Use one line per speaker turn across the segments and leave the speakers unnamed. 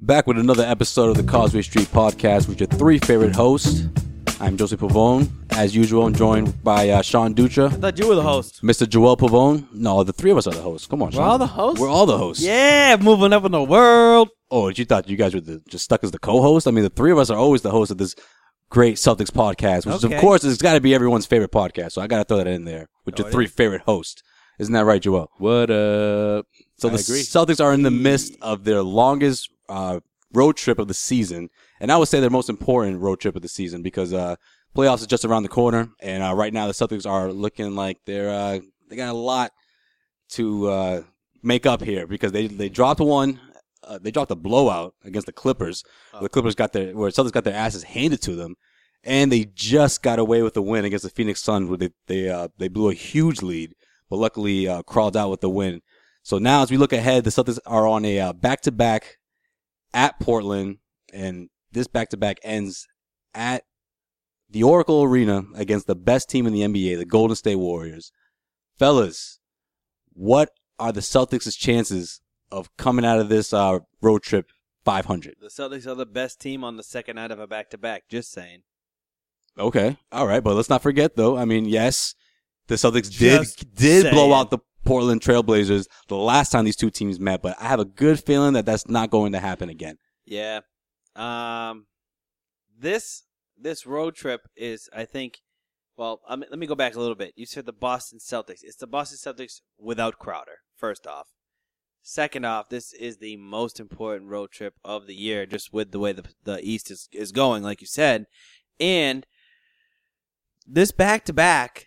Back with another episode of the Causeway Street Podcast with your three favorite hosts. I'm Joseph Pavone. As usual, I'm joined by uh, Sean Ducha,
thought you were the host.
Mr. Joel Pavone. No, the three of us are the hosts. Come on, Sean.
all the hosts?
We're all the hosts.
Yeah, moving up in the world.
Oh, you thought you guys were the, just stuck as the co-host? I mean, the three of us are always the host of this great Celtics podcast, which is, of
Okay.
course has got to be everyone's favorite podcast. So I got to throw that in there with your three favorite hosts. Isn't that right, Joel?
What up?
So
I
the
agree.
Celtics are in the midst of their longest uh, road trip of the season, and I would say their most important road trip of the season because uh, playoffs is just around the corner, and uh, right now the Celtics are looking like they're uh, they got a lot to uh, make up here because they they dropped one. Uh, they dropped a blowout against the Clippers. The Clippers got their where Celtics got their asses handed to them, and they just got away with a win against the Phoenix Suns, where they they uh, they blew a huge lead, but luckily uh, crawled out with the win. So now, as we look ahead, the Celtics are on a uh, back-to-back at Portland, and this back-to-back ends at the Oracle Arena against the best team in the NBA, the Golden State Warriors. Fellas, what are the Celtics' chances of coming out of this uh, road trip 500?
The Celtics are the best team on the second night of a back to back. Just saying.
Okay, all right, but let's not forget though. I mean, yes, the Celtics
Just
did did blow
saying.
out the Portland Trailblazers the last time these two teams met, but I have a good feeling that that's not going to happen again.
Yeah. Um, this this road trip is, I think. Well, I mean, let me go back a little bit. You said the Boston Celtics. It's the Boston Celtics without Crowder. First off. Second off, this is the most important road trip of the year, just with the way the the East is is going, like you said, and this back to back,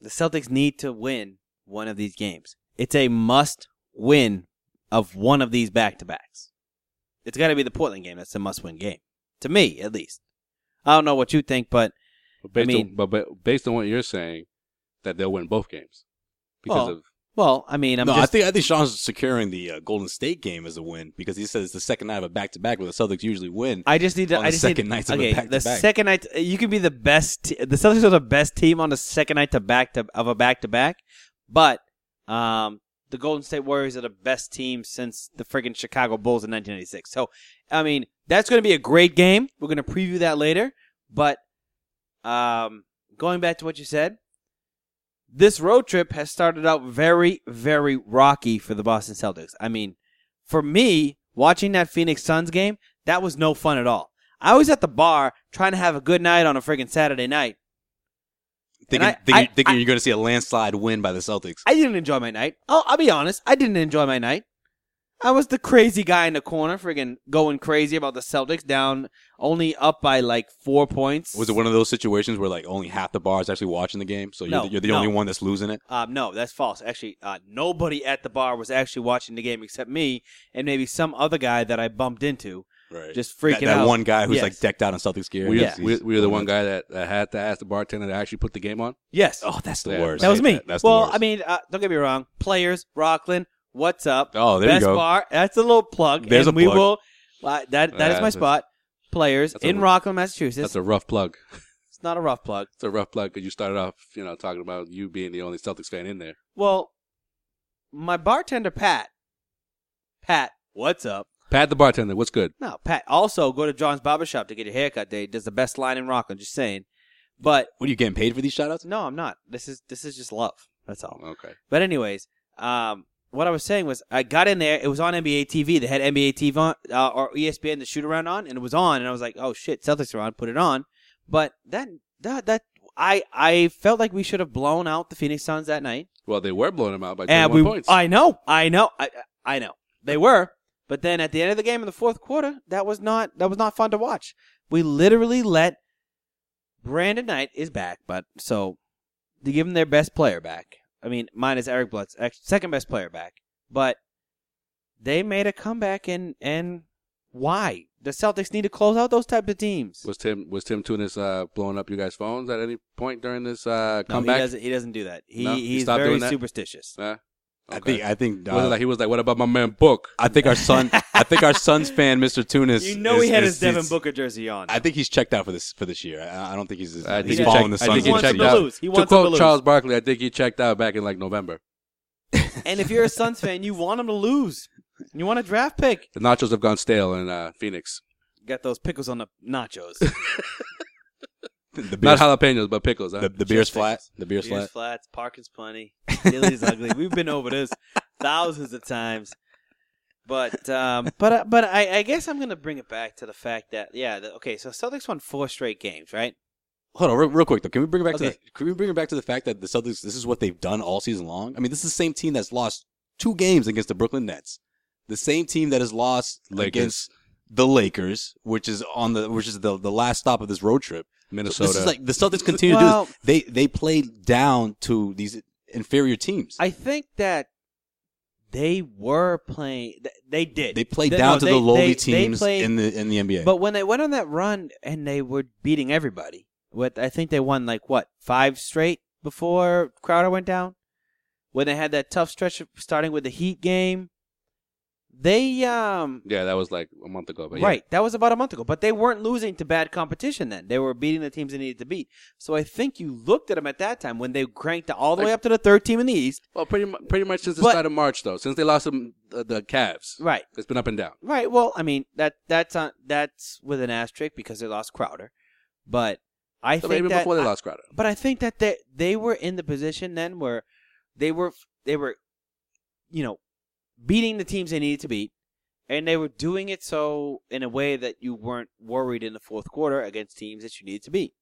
the Celtics need to win one of these games. It's a must win of one of these back to backs. It's got to be the Portland game. That's a must win game to me, at least. I don't know what you think, but
But based,
I mean-
on, but, but based on what you're saying, that they'll win both games because
well,
of
well, I mean, I'm
no,
just
I think I think Sean's securing the uh, Golden State game as a win because he says it's the second night of a back to back where the Celtics usually win.
I just need to.
on the
I just
second
need,
nights of a
okay, the
back-to-back.
second night you can be the best. Te- the Celtics are the best team on the second night to back to of a back to back, but um, the Golden State Warriors are the best team since the friggin' Chicago Bulls in 1996. So, I mean, that's going to be a great game. We're going to preview that later. But um, going back to what you said, this road trip has started out very, very rocky for the Boston Celtics. I mean, for me, watching that Phoenix Suns game, that was no fun at all. I was at the bar trying to have a good night on a friggin' Saturday night.
Thinking,
I-
thinking,
I-
thinking
I-
you're going to see a landslide win by the Celtics.
I didn't enjoy my night. I'll, I'll be honest. I didn't enjoy my night. I was the crazy guy in the corner, friggin' going crazy about the Celtics down only up by like four points.
Was it one of those situations where like only half the bar is actually watching the game, so you're
No,
the, you're the
no.
only one that's losing it?
Um, no, that's false. Actually, uh, nobody at the bar was actually watching the game except me and maybe some other guy that I bumped into,
Right.
just
That,
freaking
that
out.
one guy who's
Yes.
like decked out in Celtics gear.
We,
Yeah.
we, we were the one guy that, that had to ask the bartender to actually put the game on.
Yes,
Oh, that's the
Yeah,
worst.
that was me.
That's the
well,
worst.
I mean, uh, don't get me wrong. Players, Rockland, what's up?
Oh, there you
Best
go.
bar. That's a little plug.
There's
and
a
we
plug.
will. Uh, that that is my
That's a-
spot. Players
that's a-
in Rockland, Massachusetts.
That's a rough plug.
It's not a rough plug.
It's a rough plug because you started off, you know, talking about you being the only Celtics fan in there.
Well, my bartender Pat. Pat, what's up?
Pat the bartender, what's good?
No, Pat. Also, go to John's Barber Shop to get your haircut. They does the best line in Rockland. Just saying. But
what are you getting paid for these shoutouts?
no, I'm not. This is this is just love. That's all.
Oh, Okay.
But anyways, um, what I was saying was I got in there. It was on NBA TV. They had NBA TV on, uh, or ESPN the shoot around on, and it was on. And I was like, oh shit, Celtics are on. Put it on. But that that that I I felt like we should have blown out the Phoenix Suns that night.
Well, they were blowing him out by 21
And we,
points.
I know, I know, I, I know. They were, but then at the end of the game in the fourth quarter, that was not that was not fun to watch. We literally let Brandon Knight is back, but so to give him their best player back. I mean, mine is Eric Bloods, ex- second best player back, but they made a comeback and and why the Celtics need to close out those type of teams.
was Tim was Tim Tunis uh, blowing up you guys' phones at any point during this uh,
No, he
comeback?
doesn't. He doesn't do that. He,
No, he
he's
stopped
very
doing that?
superstitious.
Huh?
I
Okay.
think I think
was
uh,
it like he was like, "What about my man Book?"
I think our son I think our Suns fan Mr. Tunis
You know he
is-
had
is-
his Devin
is-
Booker jersey on.
I think he's checked out for this for this year. I, I don't think he's
I
he's
think he
following the
checked-
Suns.
I think
He
he
wants
checked
them to
out.
lose. He
to
wants them to
quote
lose.
Charles Barkley, I think he checked out back in like November.
And if you're a Suns fan, you want them to lose. You want a draft pick.
The nachos have gone stale in uh, Phoenix.
Got those pickles on the nachos.
the
Not
beer's,
jalapenos, but pickles. Huh?
the, the beer's
Just
flat.
things.
The beer's flat.
flats, parking's plenty. Dilly's ugly. We've been over this thousands of times. But um, but uh, but I, I guess I'm gonna bring it back to the fact that yeah the, okay so Celtics won four straight games right
Hold on, real, real quick though. Can we bring it back to
Okay.
the, can we bring it back to the fact that the Celtics? This is what they've done all season long. I mean, this is the same team that's lost two games against the Brooklyn Nets. The same team that has lost
Lakers.
against the Lakers, which is on the which is the the last stop of this road trip.
Minnesota.
This is like the Celtics continue
Well-
to do this. They they play down to these inferior teams.
I think that they were playing th- they did
they play
Th-
down
no,
to
they-
the lowly
they- they
teams
played-
in the in the NBA.
But when they went on that run and they were beating everybody, with I think they won like what five straight before Crowder went down. When they had that tough stretch of- starting with the Heat game, they um
yeah, that was like a month ago. But yeah.
right that was about a month ago. But they weren't losing to bad competition then. They were beating the teams they needed to beat. So I think you looked at them at that time when they cranked all the way up to the third team in the East.
Well, pretty mu- pretty much since the
But-
start of March though, since they lost them, the, the Cavs,
Right.
it's been up and down.
Right. Well, I mean that that's on that's with an asterisk because they lost Crowder, but I
So
think
maybe
that
before they
I-
lost Crowder.
But I think that they they were in the position then where they were they were, you know, beating the teams they needed to beat, and they were doing it so in a way that you weren't worried in the fourth quarter against teams that you needed to beat.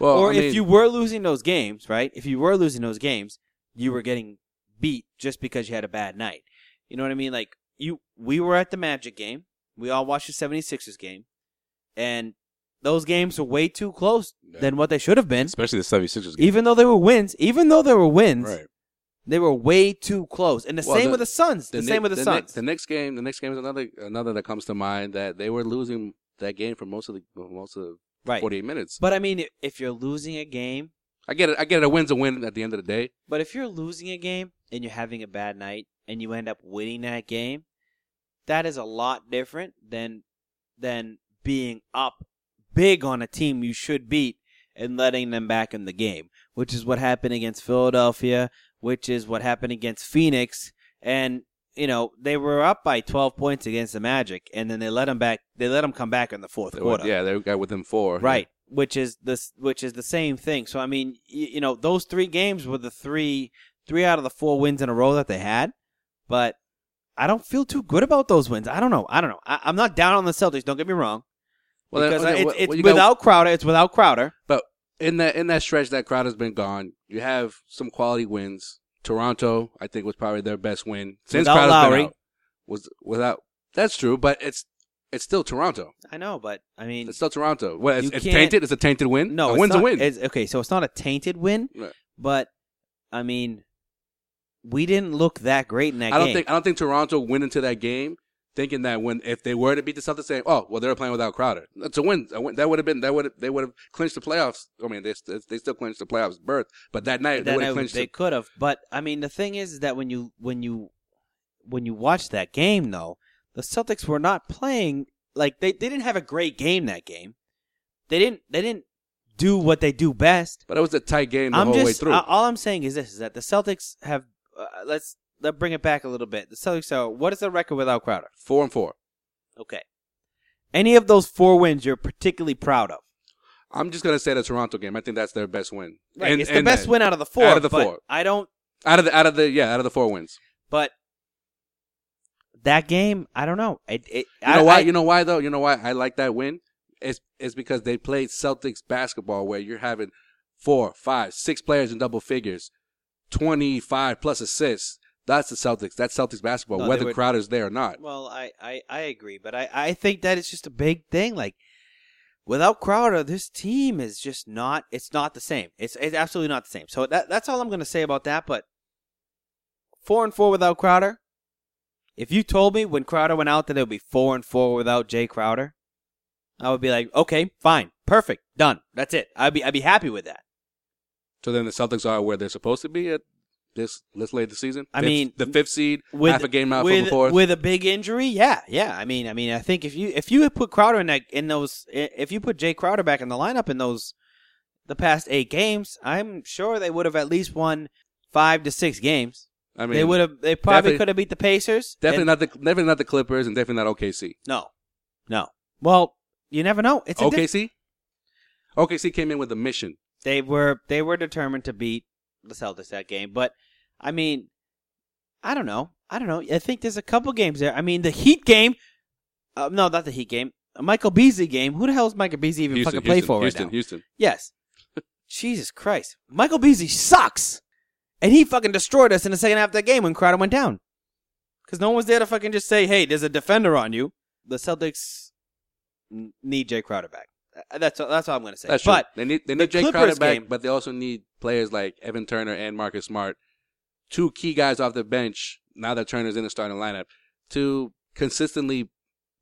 Well,
or
I
if
mean,
you were losing those games, right? If you were losing those games, you were getting beat just because you had a bad night. You know what I mean? Like you, we were at the Magic game. We all watched the 76ers game, and those games were way too close than what they should have been.
especially the 76ers game.
Even though they were wins, even though they were wins,
Right.
they were way too close. And the
Well,
same
the-
with the Suns. The,
ne-
same with the,
the ne-
Suns.
the next game, the next game is another another that comes to mind that they were losing that game for most of the most of the
right.
48 minutes.
But I mean, i- if you're losing a game,
I get it. I get it. A win's a win at the end of the day.
But if you're losing a game and you're having a bad night and you end up winning that game, that is a lot different than than being up big on a team you should beat and letting them back in the game, which is what happened against Philadelphia, which is what happened against Phoenix and you know, they were up by 12 points against the Magic and then they let them back they let them come back in the fourth
They were-
quarter.
yeah, they got within four.
Right, which is this, which is the same thing. So I mean, you, you know, those three games were the three, three out of the four wins in a row that they had. But I don't feel too good about those wins. I don't know. I don't know. I, I'm not down on the Celtics. Don't get me wrong.
Well, then-
because
okay,
I- it's,
well,
it's
well, you got-
without Crowder. It's without Crowder.
But in that in that stretch that crowd has been gone. You have some quality wins. Toronto, I think, was probably their best win since
Without
Crowder's
Lowry.
been out. Was without that's true, but it's it's still Toronto.
I know, but I mean,
It's still Toronto. What
You
it's, it's
can't-
tainted. It's a tainted win.
no,
a
it's
win's
not-
a win.
It's, okay, so it's not a tainted win,
Right.
but I mean, we didn't look that great in that
I don't
game.
think I don't think Toronto went into that game thinking that when if they were to beat the Celtics, saying, "Oh, well, they were playing without Crowder." It's a win. A win. That would have been that would they would have clinched the playoffs. I mean, they st- they still clinched the playoffs berth, but that night they
that
would
I-
have clinched.
they
the
could have. But I mean, the thing is, is that when you when you when you watch that game, though, the Celtics were not playing like they, they didn't have a great game that game. They didn't they didn't do what they do best.
but it was a tight game the
I'm
whole
just
way through.
I- all I'm saying is this: is that the Celtics have uh, let's let bring it back a little bit. The Celtics are what is the record without Crowder?
four and four.
Okay, any of those four wins you're particularly proud of?
I'm just gonna say the Toronto game. I think that's their best win.
Right,
And-
it's the
and
best
that-
win out of the four.
Out of the
but
four.
I don't
Out of the out of the yeah out of the four wins.
But that game, I don't know. It, it,
You
I,
know why?
I-
you know why though? You know why I like that win? It's it's because they played Celtics basketball where you're having four, five, six players in double figures, twenty five plus assists. That's the Celtics. That's Celtics basketball,
No, they
whether
were-
Crowder's there or not.
well, I, I, I agree, but I, I think that it's just a big thing. Like without Crowder, this team is just not. It's not the same. It's it's absolutely not the same. So that that's all I'm going to say about that. But four and four without Crowder. If you told me when Crowder went out that it would be four and four without Jay Crowder, I would be like, okay, fine, perfect, done. That's it. I'd be I'd be happy with that.
So then the Celtics are where they're supposed to be at this this late in the season.
I
Fifth-
mean,
the fifth seed,
with
half a game out
with,
from the fourth.
with a big injury. Yeah, yeah. I mean, I mean, I think if you if you had put Crowder in that in those i- if you put Jay Crowder back in the lineup in those the past eight games, I'm sure they would have at least won five to six games.
I mean,
they would have. They probably
definitely-
could have beat the Pacers.
definitely
and-
not the definitely not the Clippers and definitely not OKC.
No, no. Well, you never know. It's a diff-
OKC, OKC came in with a mission.
they were they were determined to beat the Celtics that game. But I mean, I don't know. I don't know. I think there's a couple games there. I mean, the Heat game. Uh, no, not the Heat game. A Michael Beasley game. Who the hell is Michael Beasley even
Houston,
fucking play
Houston,
for
Houston,
right now?
Houston.
Yes. Jesus Christ, Michael Beasley sucks, and he fucking destroyed us in the second half of that game when Crowder went down. Because no one was there to fucking just say, "Hey, there's a defender on you." The Celtics n- need Jay Crowder back. Uh, That's that's all I'm gonna say.
That's true.
but
they need they
the
need Jay
Clippers
Crowder back,
game-
but they also need players like Evan Turner and Marcus Smart, two key guys off the bench. Now that Turner's in the starting lineup, to consistently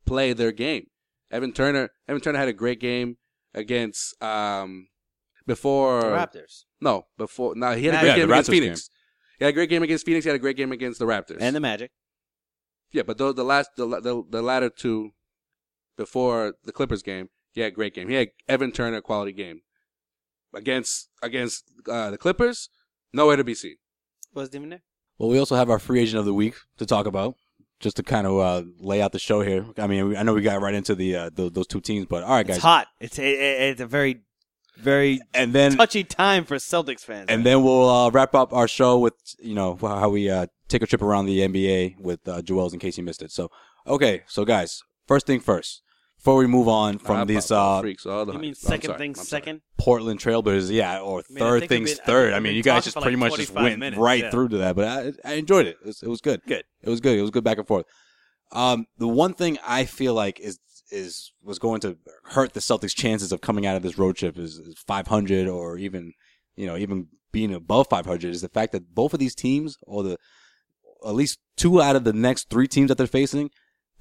play their game. Evan Turner, Evan Turner had a great game against um before
the Raptors
no before no he had a
Magic.
great
Yeah,
game
the
against
Raptors
Phoenix. He had a great game against Phoenix. He had a great game against the Raptors.
and the Magic.
yeah, but the, the last the, the the latter two before the Clippers game, he had a great game. He had Evan Turner quality game against against uh, the Clippers. Nowhere to be seen.
Wasn't even there.
Well, we also have our free agent of the week to talk about, just to kind of uh, lay out the show here. I mean, we- I know we got right into the uh, those, those two teams, but all right,
It's
guys.
hot. It's a, it- it's a very, very
And then
touchy time for Celtics fans.
and then we'll uh, wrap up our show with you know how we uh, take a trip around the NBA with uh, Joel's in case you missed it. So okay, so guys, first thing first, before we move on from
Ah,
these uh,
Pop- freaks, all the
you mean
hype. I'm
second
sorry,
thing
I'm sorry.
second?
Portland Trailblazers, yeah, or
mean, I
third
think
things
we've been-
third.
I think
I
we've
mean,
been
you guys
talking
just
for like
pretty much just
25
went
minutes,
right
yeah.
through to that, but I, I enjoyed it. It was, it was good.
Good.
It was good. It was good back and forth. Um, the one thing I feel like is is was going to hurt the Celtics' chances of coming out of this road trip is, is 500 or even you know even being above 500 is the fact that both of these teams or the at least two out of the next three teams that they're facing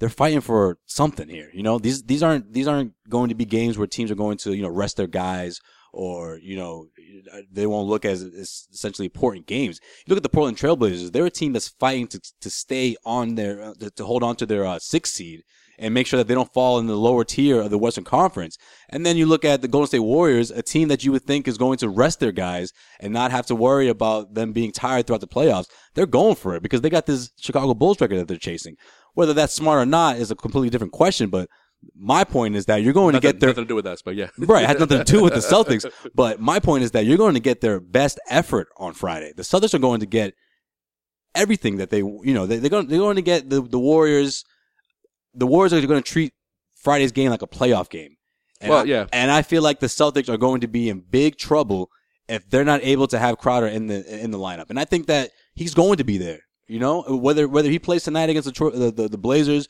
they're fighting for something here. You know, these these aren't these aren't going to be games where teams are going to you know rest their guys or you know they won't look as, as essentially important games. You look at the Portland Trailblazers; they're a team that's fighting to to stay on their uh, to, to hold on to their uh, sixth seed and make sure that they don't fall in the lower tier of the Western Conference. And then you look at the Golden State Warriors, a team that you would think is going to rest their guys and not have to worry about them being tired throughout the playoffs. They're going for it because they got this Chicago Bulls record that they're chasing. Whether that's smart or not is a completely different question, but my point is that you're going
Nothing,
to get their
nothing to do with us, but yeah.
Right, had nothing to do with the Celtics. But my point is that you're going to get their best effort on Friday. The Celtics are going to get everything that they, you know, they, they're going they're going to get the, the Warriors. The Warriors are going to treat Friday's game like a playoff game, And
Well,
I-
yeah.
and I feel like the Celtics are going to be in big trouble if they're not able to have Crowder in the in the lineup. And I think that he's going to be there. You know, whether whether he plays tonight against the Tro- the, the, the Blazers,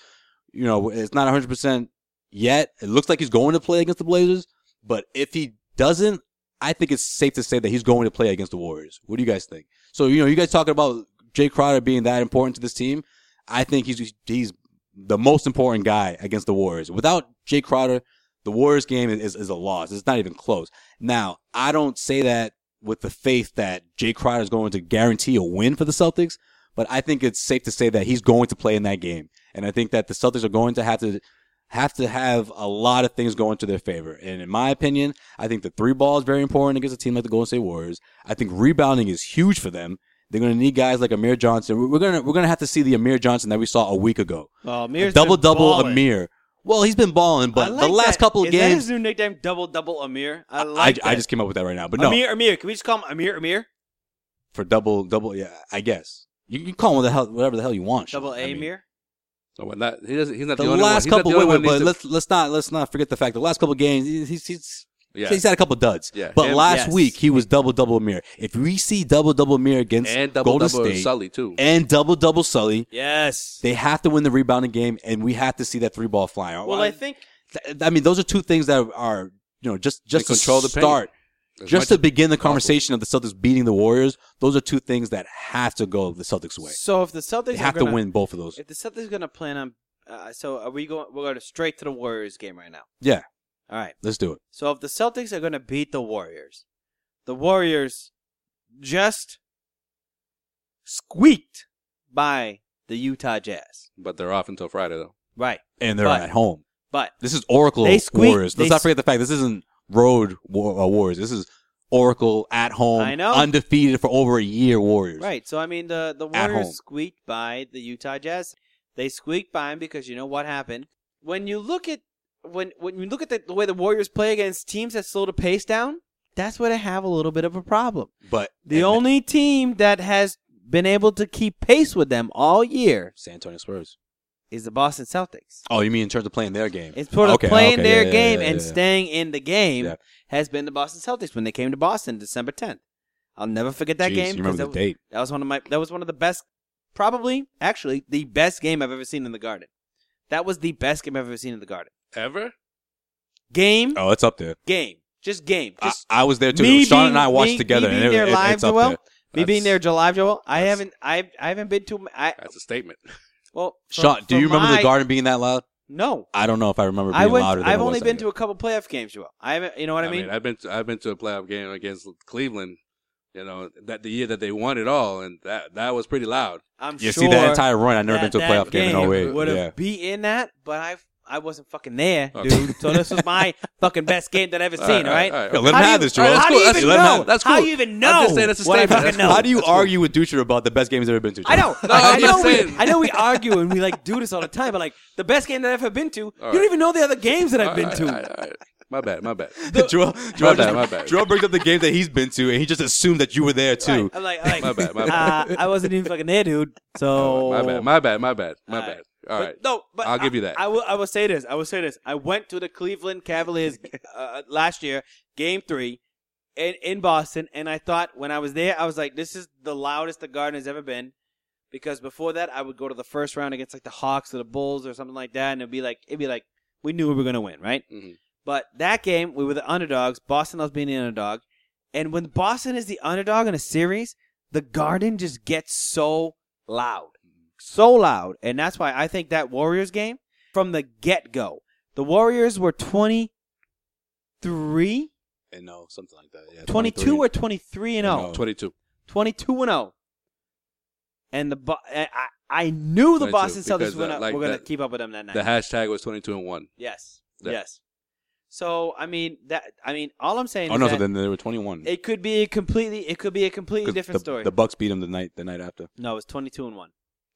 you know, it's not 100 percent yet. It looks like he's going to play against the Blazers, but if he doesn't, I think it's safe to say that he's going to play against the Warriors. What do you guys think? So you know, you guys talking about Jay Crowder being that important to this team. I think he's he's the most important guy against the Warriors. Without Jay Crowder, the Warriors game is, is a loss. It's not even close. Now, I don't say that with the faith that Jay Crowder is going to guarantee a win for the Celtics, but I think it's safe to say that he's going to play in that game. And I think that the Celtics are going to have to have to have a lot of things going to their favor. And in my opinion, I think the three ball is very important against a team like the Golden State Warriors. I think rebounding is huge for them. They're going to need guys like Amir Johnson. We're- We're going to we're going to have to see the Amir Johnson that we saw a week ago.
Oh, Amir's
double
been
double
balling.
Amir. Well, he's been balling,
I
but
like
the last
that.
couple of
Is that
games
his new nickname, Double Double Amir. I
I-
like.
I,
that.
just came up with that right now, but no,
Amir, Amir. Can we just call him Amir, Amir?
for double, double, yeah, I guess you can call him what the hell, whatever the hell you want. Sean.
Double
I
A
mean,
Amir.
No, but not, Oh, he doesn't, he's not
The,
the, only one.
last
He's not
couple,
the
wait, wait,
only one
but
who
let's
needs
let's not let's not forget the fact. The last couple games, he's he's, he's
to- yeah.
he's had a couple duds.
Yeah. Mm-hmm.
but
And-
last
yes.
week he was double double Amir. If we see double double Amir against
and double
Golden
double
State
Sully too.
and double double Sully,
Yes.
they have to win the rebounding game, and we have to see that three ball flying.
well, I think
Th- I mean, those are two things that are you know just just to
control the paint.
start.
As
just
much-
to begin the conversation of the Celtics beating the Warriors, those are two things that have to go the Celtics way.
so. If the Celtics
They
are
have to
gonna-
win both of those.
if the Celtics are gonna plan on, uh, so are we going? We're going straight to the Warriors game right now.
Yeah,
All right.
let's do it.
So if the Celtics are gonna beat the Warriors, the Warriors just squeaked by the Utah Jazz.
but they're off until Friday though.
Right.
And they're
But-
at home.
But
This is Oracle
They squeak-
Warriors. Let's
they
not forget the fact this isn't road war, uh, Warriors. This is Oracle at home,
I know.
undefeated for over a year Warriors.
Right. So I mean, the the
At home.
Warriors squeaked by the Utah Jazz. They squeaked by him because you know what happened when you look at when when you look at the, the way the Warriors play against teams that slow the pace down. That's where they have a little bit of a problem.
But
The
and
only team that has been able to keep pace with them all year
San Antonio Spurs.
is the Boston Celtics.
Oh, you mean in terms of playing their game?
It's sort of
Okay,
playing
okay,
their
yeah, yeah,
game
yeah,
and
yeah, yeah.
staying in the game
Yeah.
has been the Boston Celtics when they came to Boston December 10th. I'll never forget that
Jeez,
game.
You
'cause
remember
that
the
was-
date?
That was one of my. That was one of the best, probably actually the best game I've ever seen in the Garden. That was the best game I've ever seen in the Garden.
Ever?
Game,
Oh, it's up there.
game, just game.
I,
Just
I was there too.
me
Sean
being-
and I watched
me-
together,
me
and
being
it,
there
it-
live,
it's up
Joel.
there.
me being there,
That's-
July, Joel. I
that's-
haven't. I I haven't been to. I
That's a statement.
well. for-
Sean, do
for
you remember
my-
the garden being that loud?
No,
I don't know if I remember being
I went.
louder than
I've
it
only
was, I
been
guess.
to a couple playoff games, Joel. I haven't. You know what I mean?
I've been to, I've been to a playoff game against Cleveland. You know that the year that they won it all, and that that was pretty loud.
I'm
Yeah,
sure.
see that entire run. I've never been
that-
to a
that
playoff game, in 08.
Would have
Yeah.
beaten that, but I I wasn't fucking there,
Okay.
dude. so this was my fucking best game that I've ever
All
seen. All right.
all right,
Yo,
okay.
let him
How do
have
you
this,
even-
Joel.
how
That's
do
cool.
you
That's
even
let him
know?
have it. That's
How
cool.
do you even know?
I'm just saying that's a
what I
statement.
fucking
That's
know.
cool.
How do you
That's cool.
argue with Dutra about the best games they've ever been to?
I know.
No,
I
I'm
know.
just
We,
saying.
I know we argue and we like do this all the time, but like the best game that I've ever been to, you
right.
don't even know the other games that I've
All
been
right,
to.
all right, all right. My bad. My bad.
Joel, Joel,
My
just-
bad, my bad.
Joel brings up the games that he's been to, and he just assumed that you were there too.
Right. I'm like, I'm like
My bad, my bad.
Uh, I wasn't even fucking there, dude. So
My bad. My bad. My bad. My
All right.
bad. All
But
right.
No, but
I'll give you that.
I, I will. I will say this. I will say this. I went to the Cleveland Cavaliers uh, last year, Game Three, in in Boston, and I thought when I was there, I was like, "This is the loudest the Garden has ever been," because before that, I would go to the first round against like the Hawks or the Bulls or something like that, and it'd be like it'd be like we knew we were gonna win, right?
Mhm.
But that game, we were the underdogs. Boston loves being the underdog, and when Boston is the underdog in a series, the Garden just gets so loud so loud, and that's why I think that Warriors game from the get go, the Warriors were 23,
And no, something like that. Yeah,
22 or 23 and 0,
No.
Twenty-two.
22 and 0, and the Bo- I I I knew the
22,
Boston Celtics
because,
were
uh,
gonna,
like
were gonna
that-
keep up with them that night.
The hashtag was twenty-two and one.
yes,
that-
yes. So I mean that I mean all I'm saying
Oh
is
no, so
that
then they were twenty-one.
it could be a completely it could be a completely
'Cause
different
the,
story.
The Bucks beat them the night the night after.
no, it was 22 and one.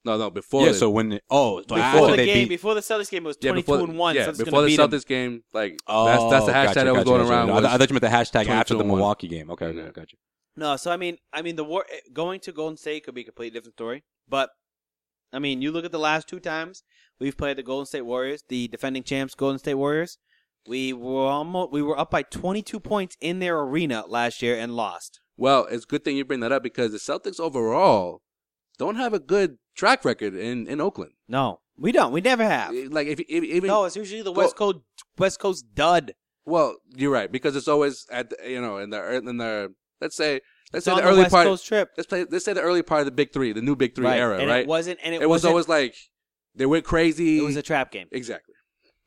No, no. Before.
yeah,
the-
so when they- oh so
Before
after
the
they
game,
beat
before the Celtics game, it was
yeah,
22
before,
and one.
Yeah,
Celtics
before
gonna
the
beat 'em.
Celtics game, like
oh,
that's that's the hashtag
gotcha,
that was
gotcha,
going
gotcha.
around.
No, I,
was-
th- I thought you meant the hashtag after the
22 and one.
Milwaukee game. Okay,
Yeah.
okay, gotcha.
No, so I mean, I mean the war eh, going to Golden State could be a completely different story. But I mean, you look at the last two times we've played the Golden State Warriors, the defending champs Golden State Warriors. We were almost we were up by 22 points in their arena last year and lost.
Well, it's a good thing you bring that up because the Celtics overall don't have a good track record in, in Oakland.
No, we don't. We never have.
Like if, if E-, even
No, it's usually the
Well-
West Coast West Coast dud.
well, you're right because it's always at the, you know in the ear- in the let's say let's
It's
say
on
the
the
early
West
part.
Coast trip.
Let's play. Let's say the early part of the Big Three, the new Big Three era,
and
right?
It wasn't, and it,
It was
wasn't-
always like they went crazy.
it was a trap game
exactly,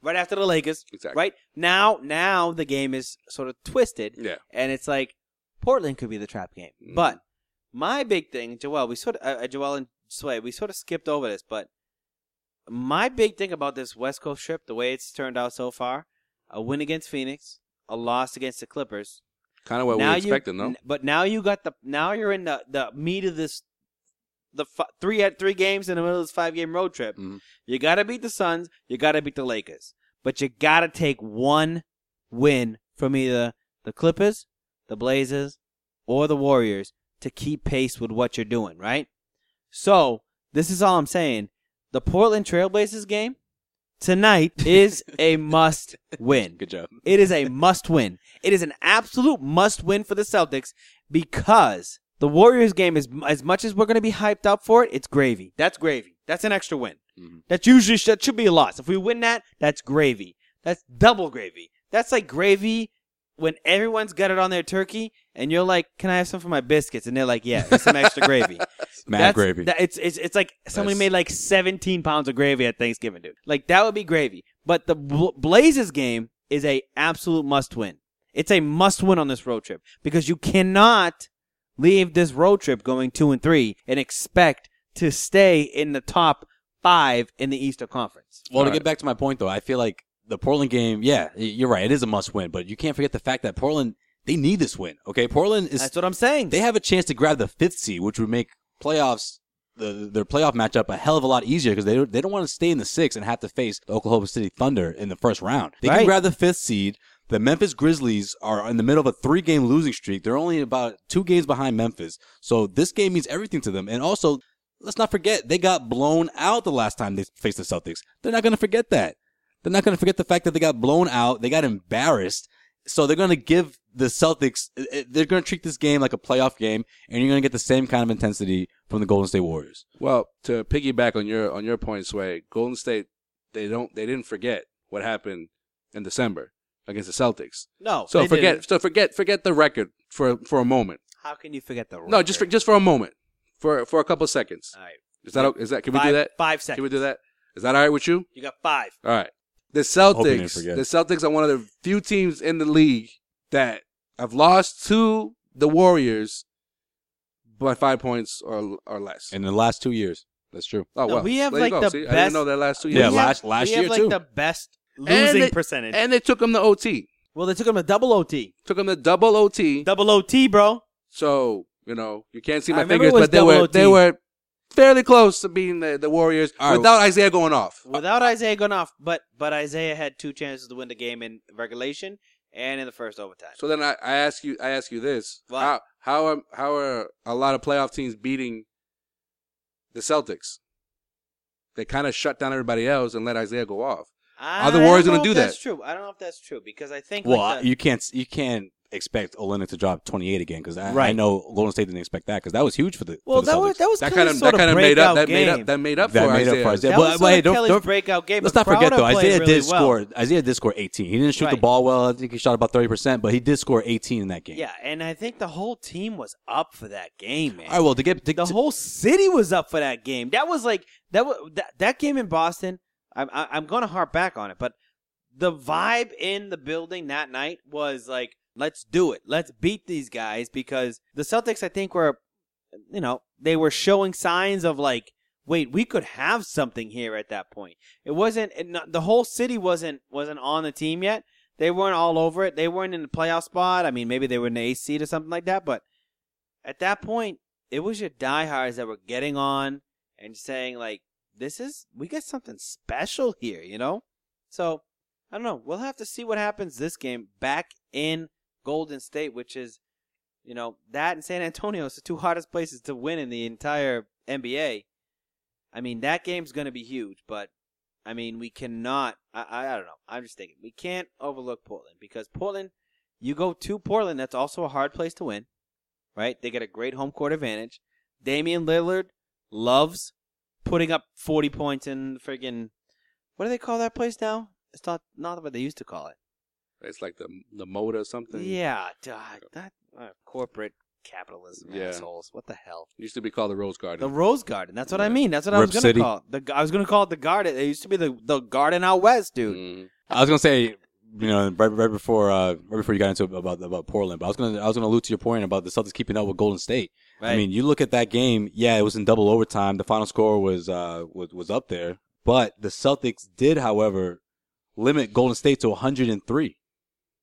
right after the Lakers.
exactly.
Right now, now the game is sort of twisted.
Yeah.
and it's like Portland could be the trap game.
Mm.
But my big thing, Joel, we sort of uh, Joel and Sway, we sort of skipped over this, but my big thing about this West Coast trip, the way it's turned out so far, a win against Phoenix, a loss against the Clippers.
Kind of what we expected,
you,
no?
n- But now you got the now you're in the the meat of this. The fi- three at three games in the middle of this five game road trip.
Mhm.
You got to beat the Suns. You got to beat the Lakers. But you got to take one win from either the Clippers, the Blazers, or the Warriors to keep pace with what you're doing, right? So, this is all I'm saying. The Portland Trailblazers game tonight is a must win.
Good job.
It is a must win. It is an absolute must win for the Celtics because the Warriors game is as much as we're going to be hyped up for it. It's gravy. That's gravy. That's an extra win.
Mhm.
That's usually that should be a loss. If we win that, that's gravy. That's double gravy. That's like gravy when everyone's got it on their turkey and you're like, "Can I have some for my biscuits?" And they're like, "Yeah, there's some extra gravy."
Mad
That's-
gravy.
that- it's, it's it's like somebody
That's-
made like 17 pounds of gravy at Thanksgiving, dude. Like that would be gravy. But the Bl- Blazers game is a absolute must win. It's a must win on this road trip because you cannot leave this road trip going two and three and expect to stay in the top five in the Eastern Conference.
Well, to
Alright.
get back to my point, though, I feel like the Portland game, yeah, y- you're right. It is a must win, but you can't forget the fact that Portland, they need this win. Okay. Portland is,
That's what I'm saying.
they have a chance to grab the fifth seed, which would make playoffs, the, their playoff matchup a hell of a lot easier because they don't, they don't want to stay in the six and have to face the Oklahoma City Thunder in the first round. They
Right.
can grab the fifth seed. The Memphis Grizzlies are in the middle of a three game losing streak. They're only about two games behind Memphis. So this game means everything to them. And also, let's not forget, they got blown out the last time they faced the Celtics. They're not going to forget that. They're not going to forget the fact that they got blown out. They got embarrassed. So they're going to give the Celtics, eh, eh, they're going to treat this game like a playoff game, and you're going to get the same kind of intensity from the Golden State Warriors.
Well, to piggyback on your on your point, Sway, Golden State they don't they didn't forget what happened in December against the Celtics.
no.
So
they
forget
didn't.
so forget forget the record for for a moment.
How can you forget the
No, just for,
record?
just for a moment, for for a couple of seconds.
All right.
Is that o- is that can we
Five-
do that?
Five
Can
seconds.
we do that? Is that all right with you?
You got five.
All right. The
Hoping they
Celtics.
forget.
The Celtics are one of the few teams in the league that have lost to the Warriors by five points or or less.
In the last two years, that's true.
oh
No,
well,
we have,
there
like,
you go.
the
See, I
best-
didn't know that last two
Yeah,
years.
We
last-
have-
last
we have
year,
like
too.
the best
And
losing
they-
percentage.
and they took him to OT.
well, they took him to double OT.
Took him to double OT.
Double OT, bro.
So you know you can't see
I
my
remember
fingers,
it was
but they were
double OT.
they were fairly close to beating the, the Warriors
All right.
without Isaiah going off.
Without Isaiah going off, but but Isaiah had two chances to win the game in regulation and in the first overtime.
So then I, I ask you I ask you this:
What?
how how are how are a lot of playoff teams beating the Celtics? They kind of shut down everybody else and let Isaiah go off.
I
the Warriors
don't know
gonna
if
do
That's
that?
true. I don't know if that's true because I think.
Well,
like
I-
the-
you can't you can't expect Olenek to drop 28 again because I, I
Right.
know Golden State didn't expect that because that was huge for the
well,
for the
that was
Celtics.
that was
That
kind of
that kind of made up that made up that made up
That
for
made up
Isaiah.
for Isaiah.
That
Yeah, but-
was
but
sort
hey,
of
don't-
Kelly's
don't-
breakout game.
Let's
but
not forget
Crowder
though,
played
Isaiah
really
did
well.
score. Isaiah did score 18. He didn't shoot the
Right.
ball well. I think he shot about 30 percent, but he did score 18 in that game.
Yeah, and I think the whole team was up for that game, man.
All right. Well, to get to,
the
to-
whole city was up for that game. That was like that was that, that game in Boston. I'm I- I'm gonna harp back on it, but the vibe in the building that night was like, let's do it, let's beat these guys because the Celtics, I think, were, you know, they were showing signs of like, wait, we could have something here at that point. It wasn't it, not, the whole city wasn't wasn't on the team yet. They weren't all over it. They weren't in the playoff spot. I mean, maybe they were in the eighth seed or something like that. But at that point, it was your diehards that were getting on and saying like this is we got something special here you know so i don't know we'll have to see what happens this game back in golden state which is you know that and san antonio is the two hottest places to win in the entire nba i mean that game's going to be huge but I mean, we cannot. I, I, I don't know. I'm just thinking. We can't overlook Portland because Portland, you go to Portland, that's also a hard place to win, right? They get a great home court advantage. Damian Lillard loves putting up 40 points in friggin' what do they call that place now? It's not not what they used to call it.
It's like the the motor or something.
Yeah, duh, that uh, corporate capitalism
Yeah.
assholes. What the hell?
Used to be called the Rose Garden.
The Rose Garden. That's what I
Yeah.
mean. That's what I
Rip
was gonna
City.
call it. The I was gonna call it the Garden. It used to be the the Garden out west, dude.
Mm,
Mhm.
I was gonna say, you know, right, right before uh, right before you got into about about Portland, but I was gonna I was gonna allude to your point about the Celtics keeping up with Golden State. I
Right.
mean, you look at that game. Yeah, it was in double overtime. The final score was uh was was up there, but the Celtics did, however, limit Golden State to 103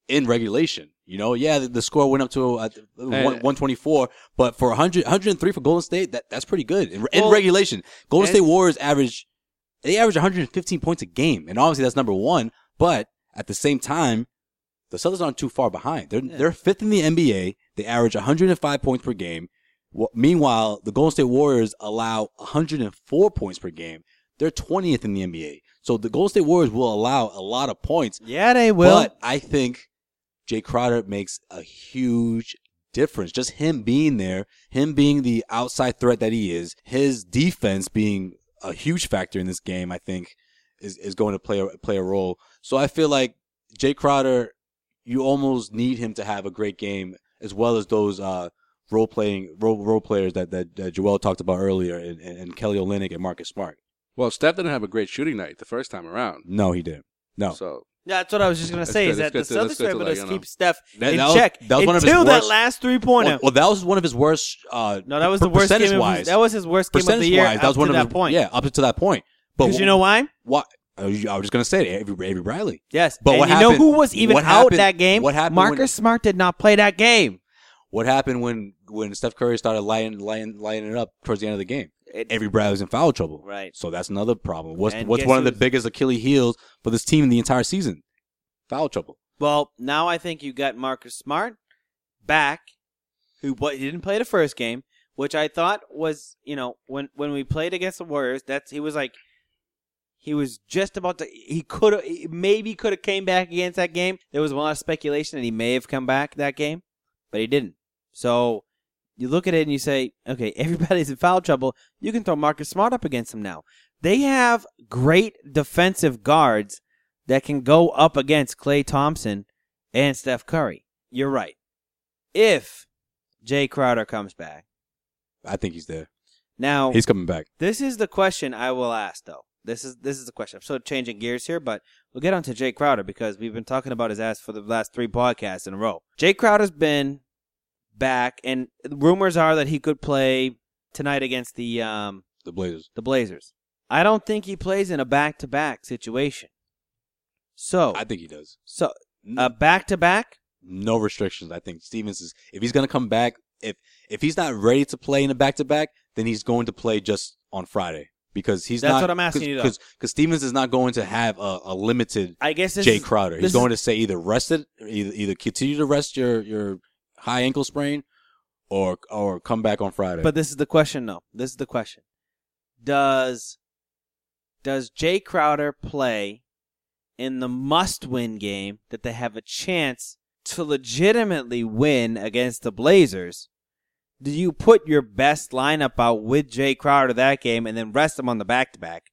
in regulation. You know, yeah, the, the score went up to uh, one, 124, but for 100, 103 for Golden State, that that's pretty good in, in
Well,
regulation. Golden
and-
State Warriors average they average 115 points a game, and obviously that's number one. But at the same time, the Celtics aren't too far behind. They're they're fifth in the NBA. They average 105 points per game. Wh- Meanwhile, the Golden State Warriors allow 104 points per game. They're 20th in the NBA. So the Golden State Warriors will allow a lot of points.
yeah, they will.
But I think Jay Crowder makes a huge difference. Just him being there, him being the outside threat that he is, his defense being a huge factor in this game, I think is, is going to play a, play a role. So I feel like Jay Crowder, you almost need him to have a great game as well as those uh, role playing role, role players that, that that Joel talked about earlier, and, and, and Kelly Olynyk and Marcus Smart.
Well, Steph didn't have a great shooting night the first time around.
No, he didn't. No,
So
Yeah, that's what I was just gonna
That's
say
good,
is that
that's
the
good to- that's
Celtics
good
were
to,
able
like,
to
you know.
keep Steph
That-
in
that was-
check
that was one of his
until that
worst-
last three pointer.
Well, well, that was one of his worst. Uh,
no, that was the worst game.
percentage
Of his,
wise.
that was his worst game of the
percentage
year.
wise. That was one
to
of
that
his,
point.
Yeah, up to that point. But
because you know why?
why? I was I was just gonna say it. Avery, Avery Bradley.
Yes,
But
and
what
you know
happened-
who was even
what
out
happened-
that game?
what happened when-
Marcus Smart did not play that game.
What happened when when Steph Curry started lighting lighting lighting it up towards the end of the game?
It-
Avery Bradley was in foul trouble.
Right.
So that's another problem. What's
And
what's
guess
one of the
who's-
biggest Achilles heels for this team the entire season? Foul trouble.
Well, now I think you got Marcus Smart back, who what he didn't play the first game, which I thought was you know when when we played against the Warriors, that's he was like he was just about to he could have maybe could have came back against that game. There was a lot of speculation that he may have come back that game, but he didn't. So you look at it and you say, okay, everybody's in foul trouble. You can throw Marcus Smart up against him now. They have great defensive guards that can go up against Clay Thompson and Steph Curry. You're right. If Jay Crowder comes back.
I think he's there.
Now
He's coming back.
this is the question I will ask though. This is this is the question. I'm sort of changing gears here, but we'll get on to Jay Crowder because we've been talking about his ass for the last three podcasts in a row. Jay Crowder's been back and rumors are that he could play tonight against the um
The Blazers.
the Blazers. I don't think he plays in a back to back situation. So
I think he does.
so a Uh,
Mm.
back to back
no restrictions. I think Stevens is if he's gonna come back, if if he's not ready to play in a back to back, then he's going to play just on Friday because he's
That's
not.
what I'm asking you, though.
Because Stevens is not going to have a, a limited
I guess this
Jay
is,
Crowder.
this
He's going to say either rest it, either, either continue to rest your your high ankle sprain, or or come back on Friday.
is, but this is the question though. This is the question. Does does Jay Crowder play in the must-win game that they have a chance to legitimately win against the Blazers? Do you put your best lineup out with Jay Crowder that game and then rest him on the back-to-back,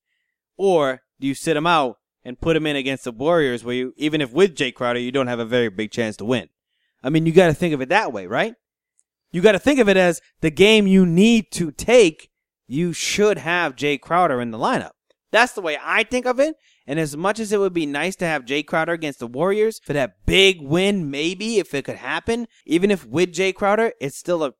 or do you sit him out and put him in against the Warriors, where you even if with Jay Crowder you don't have a very big chance to win? I mean, you got to think of it that way, right? You got to think of it as the game you need to take. You should have Jay Crowder in the lineup. That's the way I think of it. And as much as it would be nice to have Jay Crowder against the Warriors for that big win, maybe if it could happen, even if with Jay Crowder, it's still a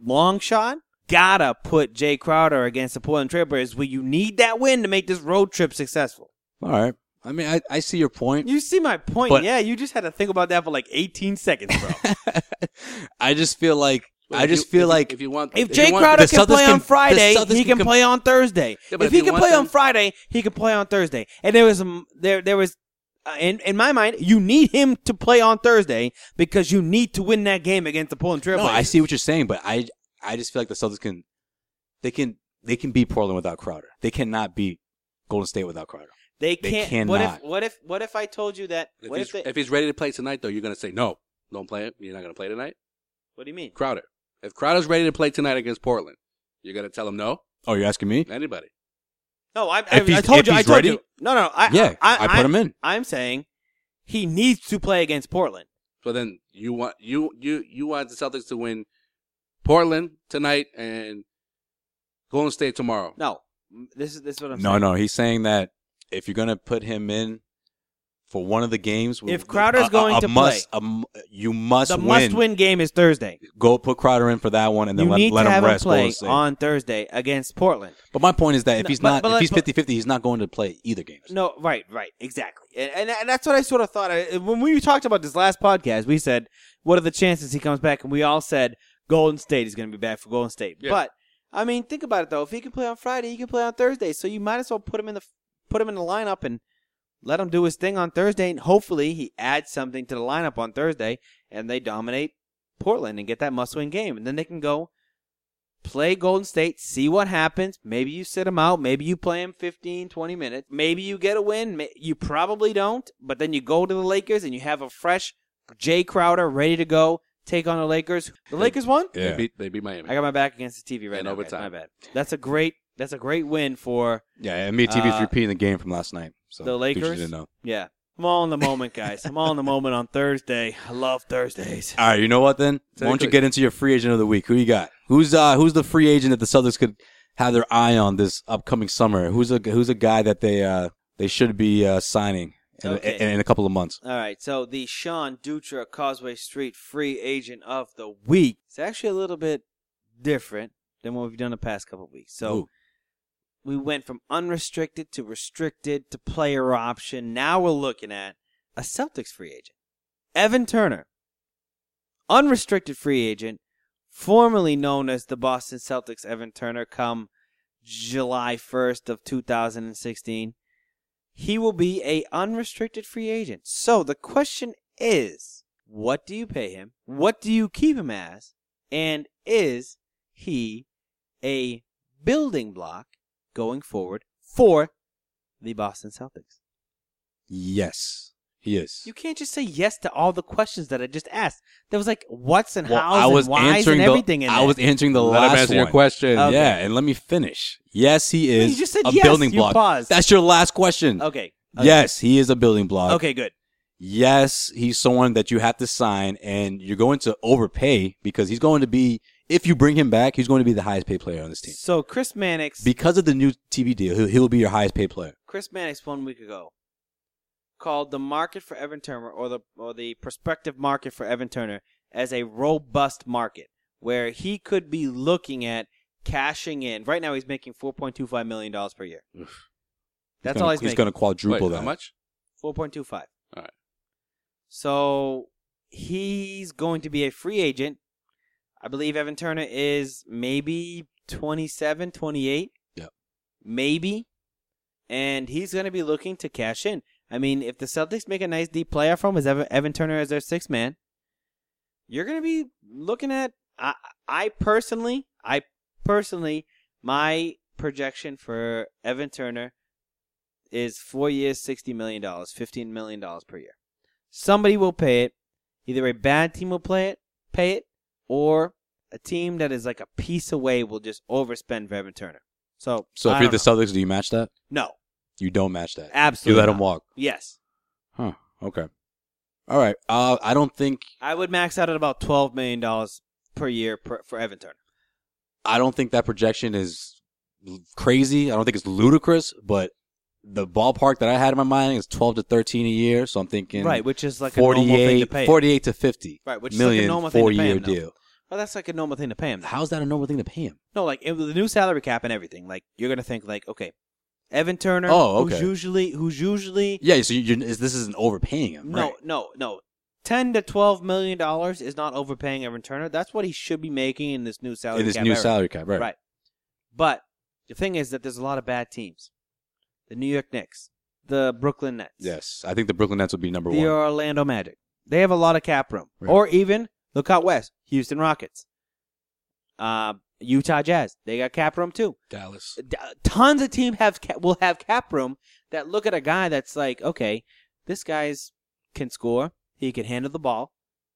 long shot. Gotta put Jay Crowder against the Portland Trailblazers where you need that win to make this road trip successful.
all right. I mean, I, I see your point.
You see my point.
But-
yeah, you just had to think about that for like 18 seconds, bro.
I just feel like
But
I
if
just
you-
feel
if you-
like
if you want,
If
you
Jay
want-
Crowder
the
can
Celtics
play
can-
on
the
Friday,
Celtics
he
can
can
com-
play on Thursday.
Yeah, but
if
if
he
you
can
want
play
them-
on Friday, he can play on Thursday. And there was um, there there was uh, in in my mind, you need him to play on Thursday because you need to win that game against the Portland Trail
no, I
Blazers.
see what you're saying, but I I just feel like the Celtics can they can they can beat Portland without Crowder. They cannot beat Golden State without Crowder.
They
They
can't. What if?
cannot.
What if? What if I told you that?
If
what
he's,
if? They,
if he's ready to play tonight, though, you're going to say, no, don't play it. You're not going to play tonight?
what do you mean?
Crowder. If Crowder's ready to play tonight against Portland, you're going to tell him no?
Oh, you're asking me?
Anybody.
No, I, I,
If he's-
I told
if
you. I
he's
told
ready-
you. No, no. I,
yeah, I, put him in.
I'm saying he needs to play against Portland.
So then you want you you you want the Celtics to win Portland tonight and Golden State tomorrow.
No, M- this is this is what I'm
No,
saying.
no, he's saying that if you're gonna put him in for one of the games,
If Crowder's going to play-
must, a mu- you must
The
win.
must-win game is Thursday.
Go put Crowder in for that one, and then
you
let,
need
let
to
him
have
rest.
him play
Golden State.
on Thursday against Portland.
but my point is that if
No,
he's
but-
not,
but
if
let-
he's
but-
50 50 he's not going to play either game.
No, right, right, exactly, and, and and that's what I sort of thought. I, when we talked about this last podcast, we said, "What are the chances he comes back?" And we all said, "Golden State is going to be back for Golden State."
Yeah.
But I mean, think about it though. If he can play on Friday, he can play on Thursday. So you might as well put him in the put him in the lineup and let him do his thing on Thursday, and hopefully he adds something to the lineup on Thursday, and they dominate Portland and get that must-win game, and then they can go play Golden State, see what happens. Maybe you sit him out. Maybe you play him 15, 20 minutes. Maybe you get a win. May- You probably don't, but then you go to the Lakers and you have a fresh Jay Crowder ready to go take on the Lakers. The Lakers won.
They beat they beat Miami.
I got my back against the TV right
In
now. guys.
overtime.
My bad. That's a great. That's a great win for
yeah, and me and TV's
Uh,
repeating the game from last night. So
the
in case you
Lakers?
didn't know.
yeah. I'm all in the moment, guys. I'm all in the moment on Thursday. I love Thursdays.
All right, you know what then?
So
Why don't you
quick.
get into your free agent of the week? Who you got? Who's uh who's the free agent that the Celtics could have their eye on this upcoming summer? Who's a who's a guy that they uh they should be uh signing in,
Okay.
in, in a couple of months?
All right, so the Sean Dutra Causeway Street free agent of the week. It's actually a little bit different than what we've done the past couple of weeks. So
Ooh.
we went from unrestricted to restricted to player option. Now we're looking at a Celtics free agent, Evan Turner, unrestricted free agent, formerly known as the Boston Celtics Evan Turner, come July 1st of 2016 he will be a unrestricted free agent. So the question is, what do you pay him? What do you keep him as? And is he a building block going forward for the Boston Celtics?
Yes, he is.
You can't just say yes to all the questions that I just asked. There was like what's and
Well,
hows and whys and everything
the
in
I
there.
was answering the
Let him
last
answer your
one.
question.
Okay.
Yeah, and let me finish. Yes, he is.
you just said
a
yes,
building
you
block.
paused.
That's your last question.
okay. okay.
Yes, he is a building block.
Okay, good.
yes, he's someone that you have to sign and you're going to overpay because he's going to be, if you bring him back, he's going to be the highest paid player on this team.
So Chris Mannix
Because of the new TV deal, he'll, he'll be your highest paid player.
Chris Mannix one week ago called the market for Evan Turner or the or the prospective market for Evan Turner as a robust market where he could be looking at cashing in. Right now he's making 4.25 million dollars per year. That's
gonna,
all he's,
He's
making.
going to quadruple
Wait,
that.
how much?
4.25.
All right.
So he's going to be a free agent. I believe Evan Turner is maybe 27, 28.
Yep.
Maybe. And he's going to be looking to cash in. I mean, if the Celtics make a nice deep playoff from him, is Evan, Evan Turner as their sixth man, you're going to be looking at. I, I personally, I personally, my projection for Evan Turner is four years, sixty million dollars, fifteen million dollars per year. Somebody will pay it. Either a bad team will play it, pay it, or a team that is like a piece away will just overspend for Evan Turner. So,
So
I
if you're
don't
the
know.
Celtics, do you match that?
no,
You don't match that.
absolutely,
You let him
not.
walk.
Yes,
Huh. Okay. All right. Uh, I don't think
I would max out at about twelve million dollars per year per, for Evan Turner.
I don't think that projection is l- crazy. I don't think it's ludicrous, but the ballpark that I had in my mind is 12 to 13 a year. So I'm thinking
Right, which is like a normal
48,
thing to pay. him.
48 to 50
Right, which is like a
million
normal thing to
four
pay
year
him, though.
deal.
Well, that's like a normal thing to pay him.
How's that a normal thing to pay him?
No, like it, the new salary cap and everything. Like you're gonna think like, okay, Evan Turner,
Oh,
who's
okay.
usually who's usually
Yeah, so you, you're, is- this isn't overpaying him.
no
right?
no no. Ten to twelve million dollars is not overpaying Evan Turner. That's what he should be making in this new salary
in this
cap.
new
era.
salary cap, right?
Right. But the thing is that there's a lot of bad teams. The New York Knicks, the Brooklyn Nets,
Yes, I think the Brooklyn Nets would be number
the
one.
Orlando Magic. They have a lot of cap room.
Right.
Or even look out west, Houston Rockets. Uh, Utah Jazz. They got cap room too.
Dallas.
D- Tons of team have ca- will have cap room that look at a guy that's like, okay, this guy's can score. He can handle the ball,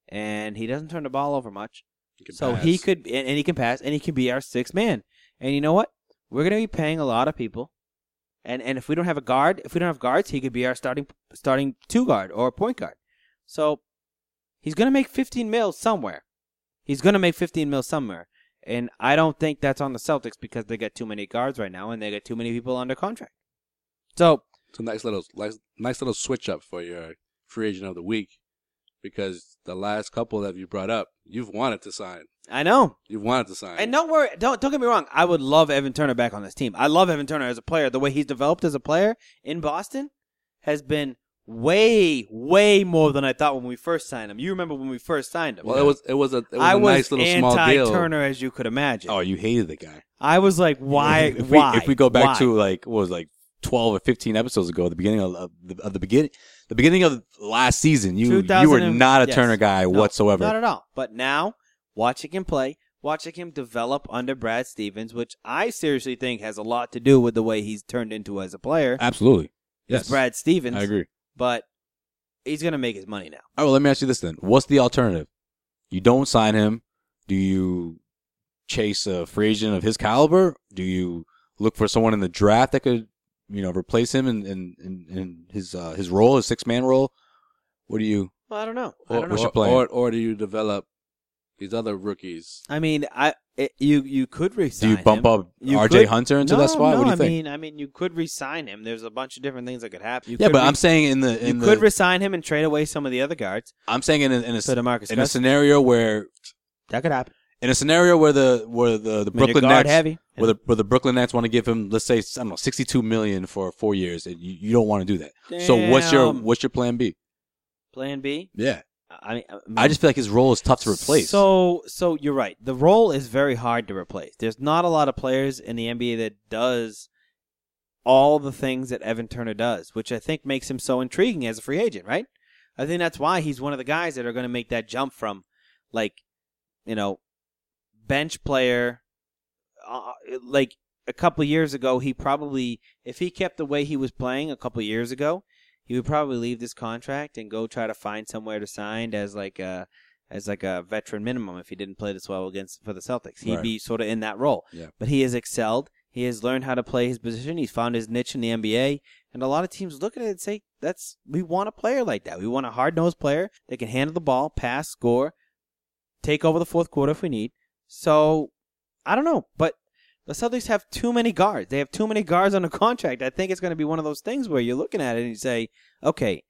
and he doesn't turn the ball over much. So he
pass.
could and, and he can pass and he can be our sixth man. And you know what? We're gonna be paying a lot of people. And and if we don't have a guard, if we don't have guards, he could be our starting starting two guard or point guard. So he's gonna make fifteen mil somewhere. He's gonna make fifteen mil somewhere. And I don't think that's on the Celtics because they got too many guards right now and they got too many people under contract. So
It's a nice little nice, nice little switch up for your free agent of the week because the last couple that you brought up, you've wanted to sign.
I know.
You've wanted to sign.
And don't worry, don't don't get me wrong. I would love Evan Turner back on this team. I love Evan Turner as a player. The way he's developed as a player in Boston has been way, way more than I thought when we first signed him. You remember when we first signed him?
Well, it was it was a it was
I
a
was
nice little small
anti
deal.
Turner as you could imagine.
Oh, you hated the guy.
I was like, why?
If we,
why?
If we go back
Why?
to like what was like twelve or fifteen episodes ago, the beginning of, of the, of the beginning, the beginning of last season, you you
2000
were
and-
not a
yes.
Turner guy
No,
whatsoever.
not at all. But now, watching him play, watching him develop under Brad Stevens, which I seriously think has a lot to do with the way he's turned into as a player.
Absolutely.
is
Yes,
Brad Stevens.
I agree.
but he's gonna make his money now.
All right, well, let me ask you this then: What's the alternative? You don't sign him. Do you chase a free agent of his caliber? Do you look for someone in the draft that could, you know, replace him in in, in, in his uh, his role, his six man role? What do you?
Well, I don't know. I
Or,
don't
What's
know.
your
or,
plan?
or or do you develop these other rookies?
I mean, I it, you you could
Do
resign.
you bump
him.
up
You
RJ
could-
Hunter into
no,
that spot?
No,
what do you
I
think?
mean, I mean, you could resign him. There's a bunch of different things that could happen. You
yeah,
could
but
re-
I'm saying in the in
you
the
could resign him and trade away some of the other guards
I'm saying in a, in a,
to Demarcus.
in a
Cousins.
scenario where
that could happen.
in a scenario where the where the, the
I mean, they're
Brooklyn
guard
Nets
heavy.
where the, where the Brooklyn Nets want to give him let's say I don't know 62 million for 4 years and you, you don't want to do that. So what's your
Damn.
what's your plan B?
plan B?
Yeah.
I mean,
I just feel like his role is tough to replace.
So, so you're right. The role is very hard to replace. There's not a lot of players in the NBA that does all the things that Evan Turner does, which I think makes him so intriguing as a free agent, right? I think that's why he's one of the guys that are going to make that jump from, like, you know, bench player. Uh, like a couple years ago, he probably, if he kept the way he was playing a couple years ago, he would probably leave this contract and go try to find somewhere to sign as like a as like a veteran minimum if he didn't play this well against for the Celtics. He'd
Right.
be sort of in that role.
Yeah.
But he has excelled. He has learned how to play his position. He's found his niche in the NBA. And a lot of teams look at it and say, "That's we want a player like that. We want a hard nosed player that can handle the ball, pass, score, take over the fourth quarter if we need." So I don't know, but the Celtics have too many guards. They have too many guards on a contract. I think it's going to be one of those things where you're looking at it and you say, okay,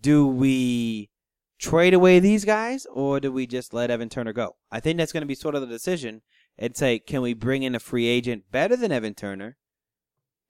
do we trade away these guys or do we just let Evan Turner go? I think that's going to be sort of the decision and say, can we bring in a free agent better than Evan Turner?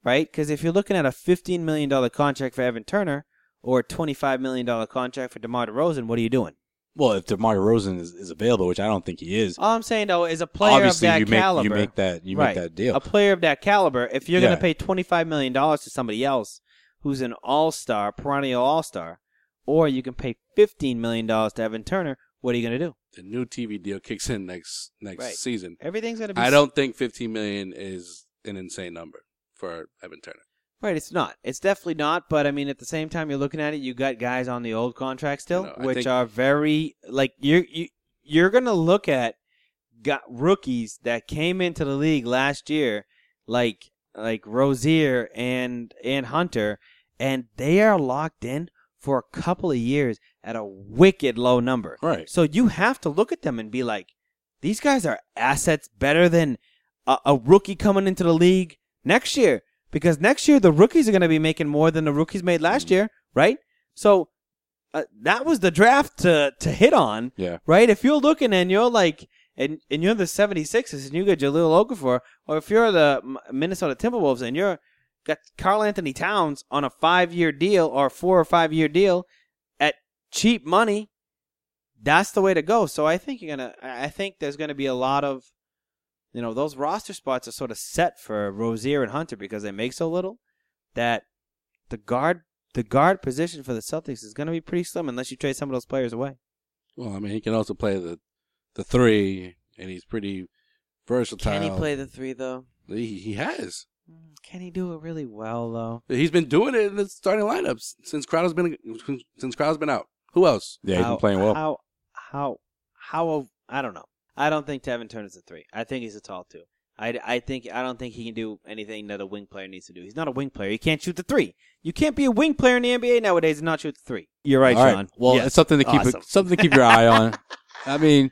Right? Because if you're looking at a $15 million contract for Evan Turner or a $25 million contract for DeMar DeRozan, what are you doing?
well, if DeMar DeRozan is, is available, which I don't think he is,
All I'm saying, though, is a player
obviously
of that
you make
caliber.
you make that you
Right.
make that deal.
A player of that caliber, if you're going
Yeah.
to pay $25 million to somebody else who's an all star, perennial all star, or you can pay $15 million to Evan Turner, what are you going to do?
The new TV deal kicks in next next
Right.
season.
Everything's going to be.
I don't think 15 million is an insane number for Evan Turner.
Right, it's not. It's definitely not, but I mean, at the same time, you're looking at it, you got guys on the old contract still,
No, I
which
think-
are very, like, you're, you, you're going to look at got rookies that came into the league last year, like like Rozier and and Hunter, and they are locked in for a couple of years at a wicked low number.
Right.
So you have to look at them and be like, these guys are assets better than a, a rookie coming into the league next year because next year the rookies are going to be making more than the rookies made last year, right? So uh, that was the draft to to hit on
yeah.
right? If you're looking and you're like, and, and you're the 76ers and you got Jaleel Okafor, or if you're the M- Minnesota Timberwolves and you're got Carl Anthony Towns on a five year deal or four or five year deal at cheap money, that's the way to go. So I think you're gonna, I I think there's gonna be a lot of, you know, those roster spots are sort of set for Rozier and Hunter because they make so little that the guard. The guard position for the Celtics is going to be pretty slim unless you trade some of those players away.
Well, I mean, he can also play the the three, and he's pretty Versatile.
Can he play the three though?
He, he has.
Mm, Can he do it really well though?
He's been doing it in the starting lineups since Crowder's been since Crowder's been out. Who else?
Yeah, he's
How-
been playing well.
How how how of- I don't know. I don't think Tevin Turner's a three. I think he's a tall two. I, I think I don't think he can do anything that a wing player needs to do. He's not a wing player. He can't shoot the three. You can't be a wing player in the NBA nowadays and not shoot the three. You're right,
All right.
Sean.
Well,
Yes.
it's something to keep
Awesome.
something to keep your eye on. I mean,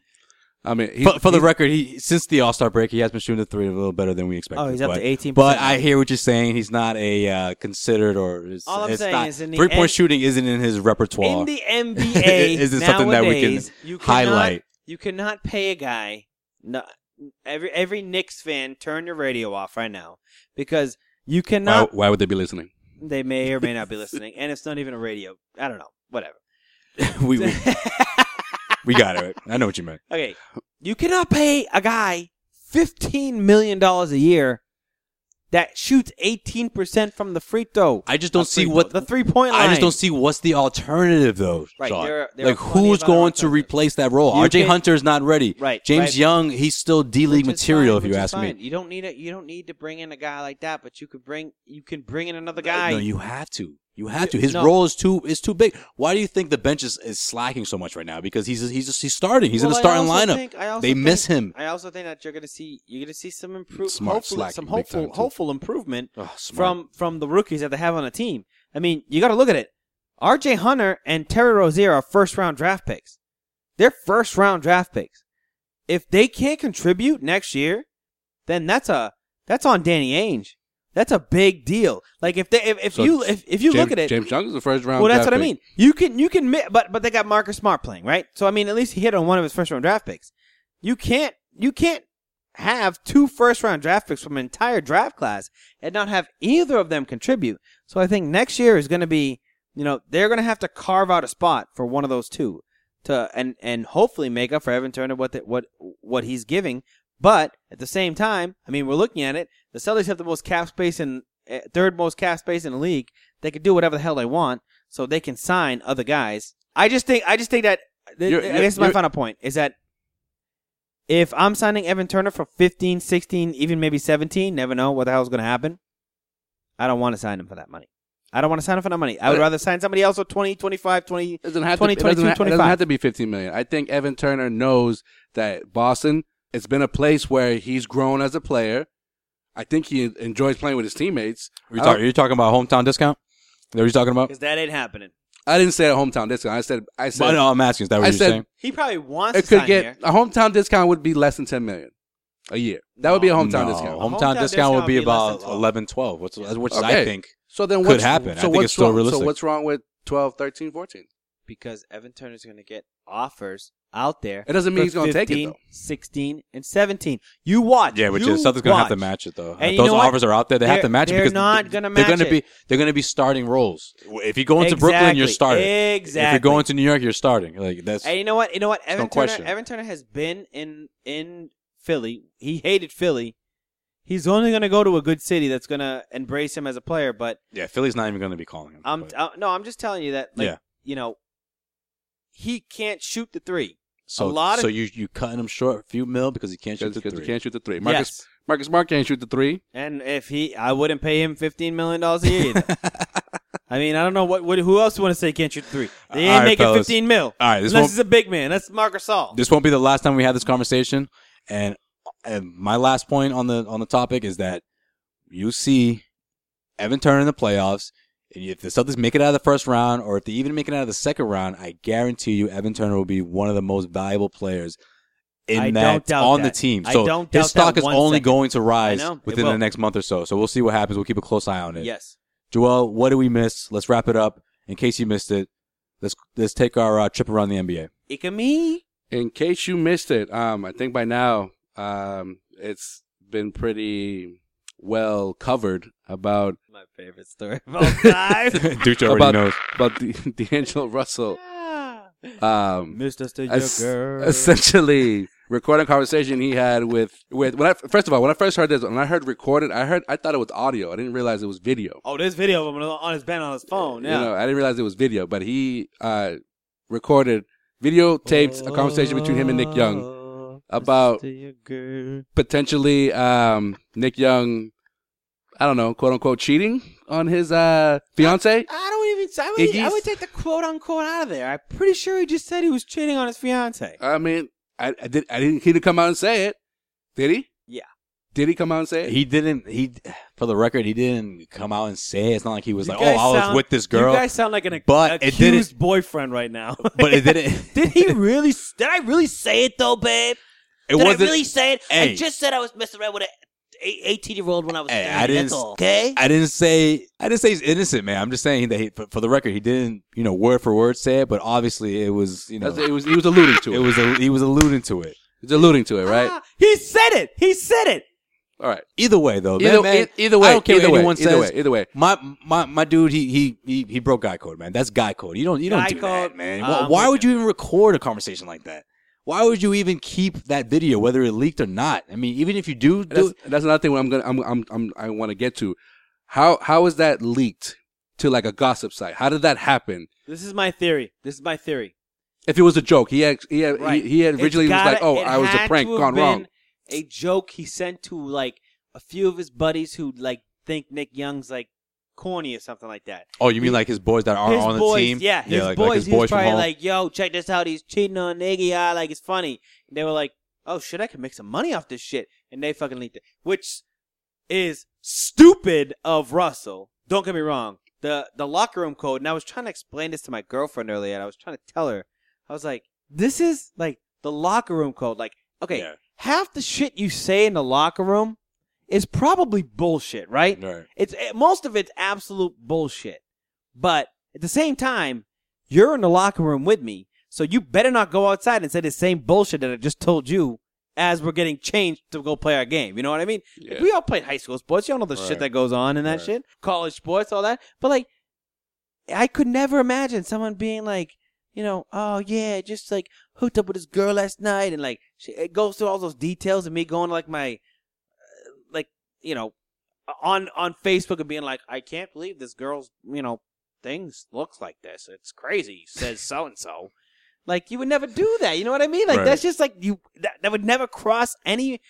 I mean, he,
for, for the
he's-
record, he since the All Star break, he has been shooting the three a little better than we expected.
Oh, he's up
but,
to 18%.
But I hear what you're saying. He's not a uh, considered or it's,
All I'm
it's
saying
not,
is in the
three point
end-
shooting isn't in his repertoire.
in the NBA
Is it
nowadays,
something that we can
you cannot,
highlight?
You cannot pay a guy. No, every every Knicks fan, turn your radio off right now because you
why,
cannot.
why would they be listening?
They may or may not be listening, and it's not even a radio. I don't know. Whatever.
we, we we got it. I know what you meant.
okay, you cannot pay a guy fifteen million dollars a year that shoots eighteen percent from the free throw.
I just don't
Not
see
free
what
throw, the three point line.
I just don't see what's the alternative though.
Right,
Sean.
there are- there
like
are plenty
who's
of other
going to
alternatives.
replace that role?
You
RJ
can-
Hunter is not ready.
Right,
James
right.
Young, he's still D
Which
League
is
material
fine,
if
which
you
is
ask
fine.
me.
You don't need it. You don't need to bring in a guy like that, but you could bring you can bring in another guy.
No, you have to. You have to. His
No.
role is too is too big. Why do you think the bench is, is slacking so much right now? Because he's he's just, he's starting. He's in
Well,
the
I
starting
also
lineup.
think- I also
they
think-
miss him.
I also think that you're going to see you're going to see some improve,
Smart
hopeful,
slacking
some
big time,
hopeful,
too.
hopeful improvement
Ugh, smart.
from from the rookies that they have on the team. I mean, you got to look at it. R.J. Hunter and Terry Rozier are first round draft picks. They're first round draft picks. If they can't contribute next year, then that's a that's on Danny Ainge. That's a big deal. Like if they if, if
So
you if, if you
James-
look at it,
James Young is the first round.
well, that's
draft
what I
pick.
mean. You can you can mi- but but they got Marcus Smart playing, right? So I mean, at least he hit on one of his first round draft picks. You can't you can't have two first round draft picks from an entire draft class and not have either of them contribute. So I think next year is going to be, you know, they're going to have to carve out a spot for one of those two to and and hopefully make up for Evan Turner what the, what what he's giving. But at the same time, I mean, we're looking at it. The Celtics have the most cap space in eh, third most cap space in the league. They can do whatever the hell they want, so they can sign other guys. I just think I just think that th-
You're-
I
you're-
guess my
you're-
final point is that if I'm signing Evan Turner for 15, 16, even maybe 17, never know what the hell's going to happen. I don't want to sign him for that money. I don't want to sign him for that money. I would
But-
rather sign somebody else for 20, 25, 20.
It doesn't have
20,
to. It doesn't,
22,
ha- it doesn't
25.
have to be 15 million. I think Evan Turner knows that Boston. It's been a place where he's grown as a player. I think he enjoys playing with his teammates.
Are you,
I
talk,
Oh.
don't-
are you talking about hometown discount? Is that what you're talking about?
Because that ain't happening.
I didn't say a hometown discount. I said I said
But, uh, no, I'm asking. Is that what
I
you're
said-
saying?
He probably wants
it
to
could
sign
get
here.
a hometown discount would be less than 10 million a year. That would be a
No,
hometown
no.
discount.
Hometown,
Hometown
discount,
discount
would be,
would be less than
about
12.
11, 12, which, which is, I
Okay.
think.
So then
Could
what's,
happen. I
So
think
what's
it's still
wrong,
realistic.
So what's wrong with 12, 13, 14?
Because Evan Turner's going to get offers out there.
It doesn't mean
for
he's gonna take it,
15,
though.
16, and 17. You watch.
Yeah, which
You
is something's gonna have to
watch.
match it though.
And
if
you
those
know what?
offers are out there, they have
They're-
to match it
they're
because
not
th-
gonna
they're
match
gonna be
it.
they're gonna be starting roles. If you go into Brooklyn, you're
Exactly.
starting. If
Exactly.
you're going to New York, you're starting. Like that's
And you know what? You know what? Evan
no
Turner.
question.
Evan Turner has been in in Philly. He hated Philly. He's only going to go to a good city that's going to embrace him as a player. But
yeah. Philly's not even gonna be calling him.
I'm
But-
uh, no, I'm just telling you that. Like,
Yeah.
You know, he can't shoot the three.
so
a lot of-
so you you cutting him short a few mil because he can't shoot the
Because
three.
he can't shoot the three. Marcus
Yes.
Marcus Smart can't shoot the three.
And if he, I wouldn't pay him fifteen million dollars a year. Either. I mean, I don't know what, what who else want to say can't shoot three. They ain't
All right,
making
fellas.
fifteen mil.
All right, this
unless
won't-
he's a big man. That's Marcus All.
This won't be the last time we have this conversation. And, and my last point on the on the topic is that you see Evan Turner in the playoffs. And if the Celtics make it out of the first round, or if they even make it out of the second round, I guarantee you Evan Turner will be one of the most valuable players in
I
that
don't doubt
on the
that.
team.
I
So
don't doubt
his stock
that
is
one
only
second.
going to rise
I know, it
within
will.
the next month or so. So we'll see what happens. We'll keep a close eye on it.
Yes.
Joel, what did we miss? Let's wrap it up. In case you missed it, let's let's take our uh, trip around the NBA.
Ikami.
In case you missed it, um, I think by now um, it's been pretty well covered about
My favorite story of all time.
Duke already
about,
knows.
about D- D'Angelo Russell.
Ah.
Um,
Mr. Still
es- essentially recording a conversation he had with with when I first of all when I first heard this when I heard recorded I heard I thought it was audio I didn't realize it was video
Oh, there's video of him on his band on his phone. Oh, Yeah.
you know I didn't realize it was video but
Oh,
he uh recorded videotaped a conversation between him and Nick Young about
To your girl.
potentially um, Nick Young, I don't know, quote unquote, cheating on his uh, fiance.
I don't even. I would, I
Iggy's-
would take the quote unquote out of there. I'm pretty sure he just said he was cheating on his fiance.
Uh,
I mean, I, I did. I didn't. He didn't come out and say it. Did he?
Yeah.
Did he come out and say it?
He didn't. He, for the record, he didn't come out and say it. It's not like he was
You
like, "Oh,
guys
I was
sound-
with this girl."
You guys sound like an
But it
accused
didn't-
boyfriend right now.
but it didn't.
Did he really? s- Did I really say it though, babe?
It
Did I
wasn't.
really say it?
Hey.
I just said I was messing around with a 18 year old when I was
Hey,
30.
I didn't
That's
s-
all. Okay?
I didn't say. I didn't say he's innocent, man. I'm just saying that he, for, for the record, he didn't, you know, word for word say it. But obviously, it was, you know,
That's, it was. He was alluding to it.
it was. A, he was alluding to it.
He was alluding to it, right?
Ah, he said it. He said it.
All right.
Either way, though, man,
Either,
man,
e- either way,
I don't care
either
what
way,
anyone
either
says.
way, either way.
My my my dude, he he he, he broke guy code, man. That's guy code. You don't you don't
Guy
do
code,
that, man.
uh,
Why-
I'm
why
with
would you even record a conversation like that? Why would you even keep that video, whether it leaked or not? I mean, even if you do, do
That's, that's another thing. Where I'm gonna. I'm. I'm. I'm I want to get to. How How is that leaked to like a gossip site? How did that happen?
This is my theory. This is my theory.
If it was a joke, he had, he had,
Right.
he, he had
It's
originally was
gotta-
like, "Oh,
it
I was a
had
prank
to have
gone wrong."
been A joke he sent to like a few of his buddies who like think Nick Young's like corny or something like that.
oh, you mean like his boys that aren't
his
on the
boys,
team?
yeah, his
like,
boys.
like his
he was
boys from
probably
home.
like, "Yo, check this out. He's cheating on Iggy. I like it's funny." And they were like, "Oh shit, I can make some money off this shit," and they fucking leaked it, which is stupid of Russell. Don't get me wrong. The the locker room code, and I was trying to explain this to my girlfriend earlier, and I was trying to tell her, I was like, "This is like the locker room code. Like, okay,
Yeah.
half the shit you say in the locker room is probably bullshit, right?"
Right.
It's eh, most of it's absolute bullshit. But at the same time, you're in the locker room with me, so you better not go outside and say the same bullshit that I just told you as we're getting changed to go play our game. You know what I mean?
Yeah.
We all played high school sports. You all know the
Right.
shit that goes on and that
Right.
shit. College sports, all that. But like, I could never imagine someone being like, you know, oh yeah, just like hooked up with this girl last night, and like she, it goes through all those details, and me going like my, uh, like you know, on on Facebook and being like, I can't believe this girl's you know things looks like this. It's crazy. Says so and so. Like you would never do that. You know what I mean? Like
Right.
that's just like you that, that would never cross any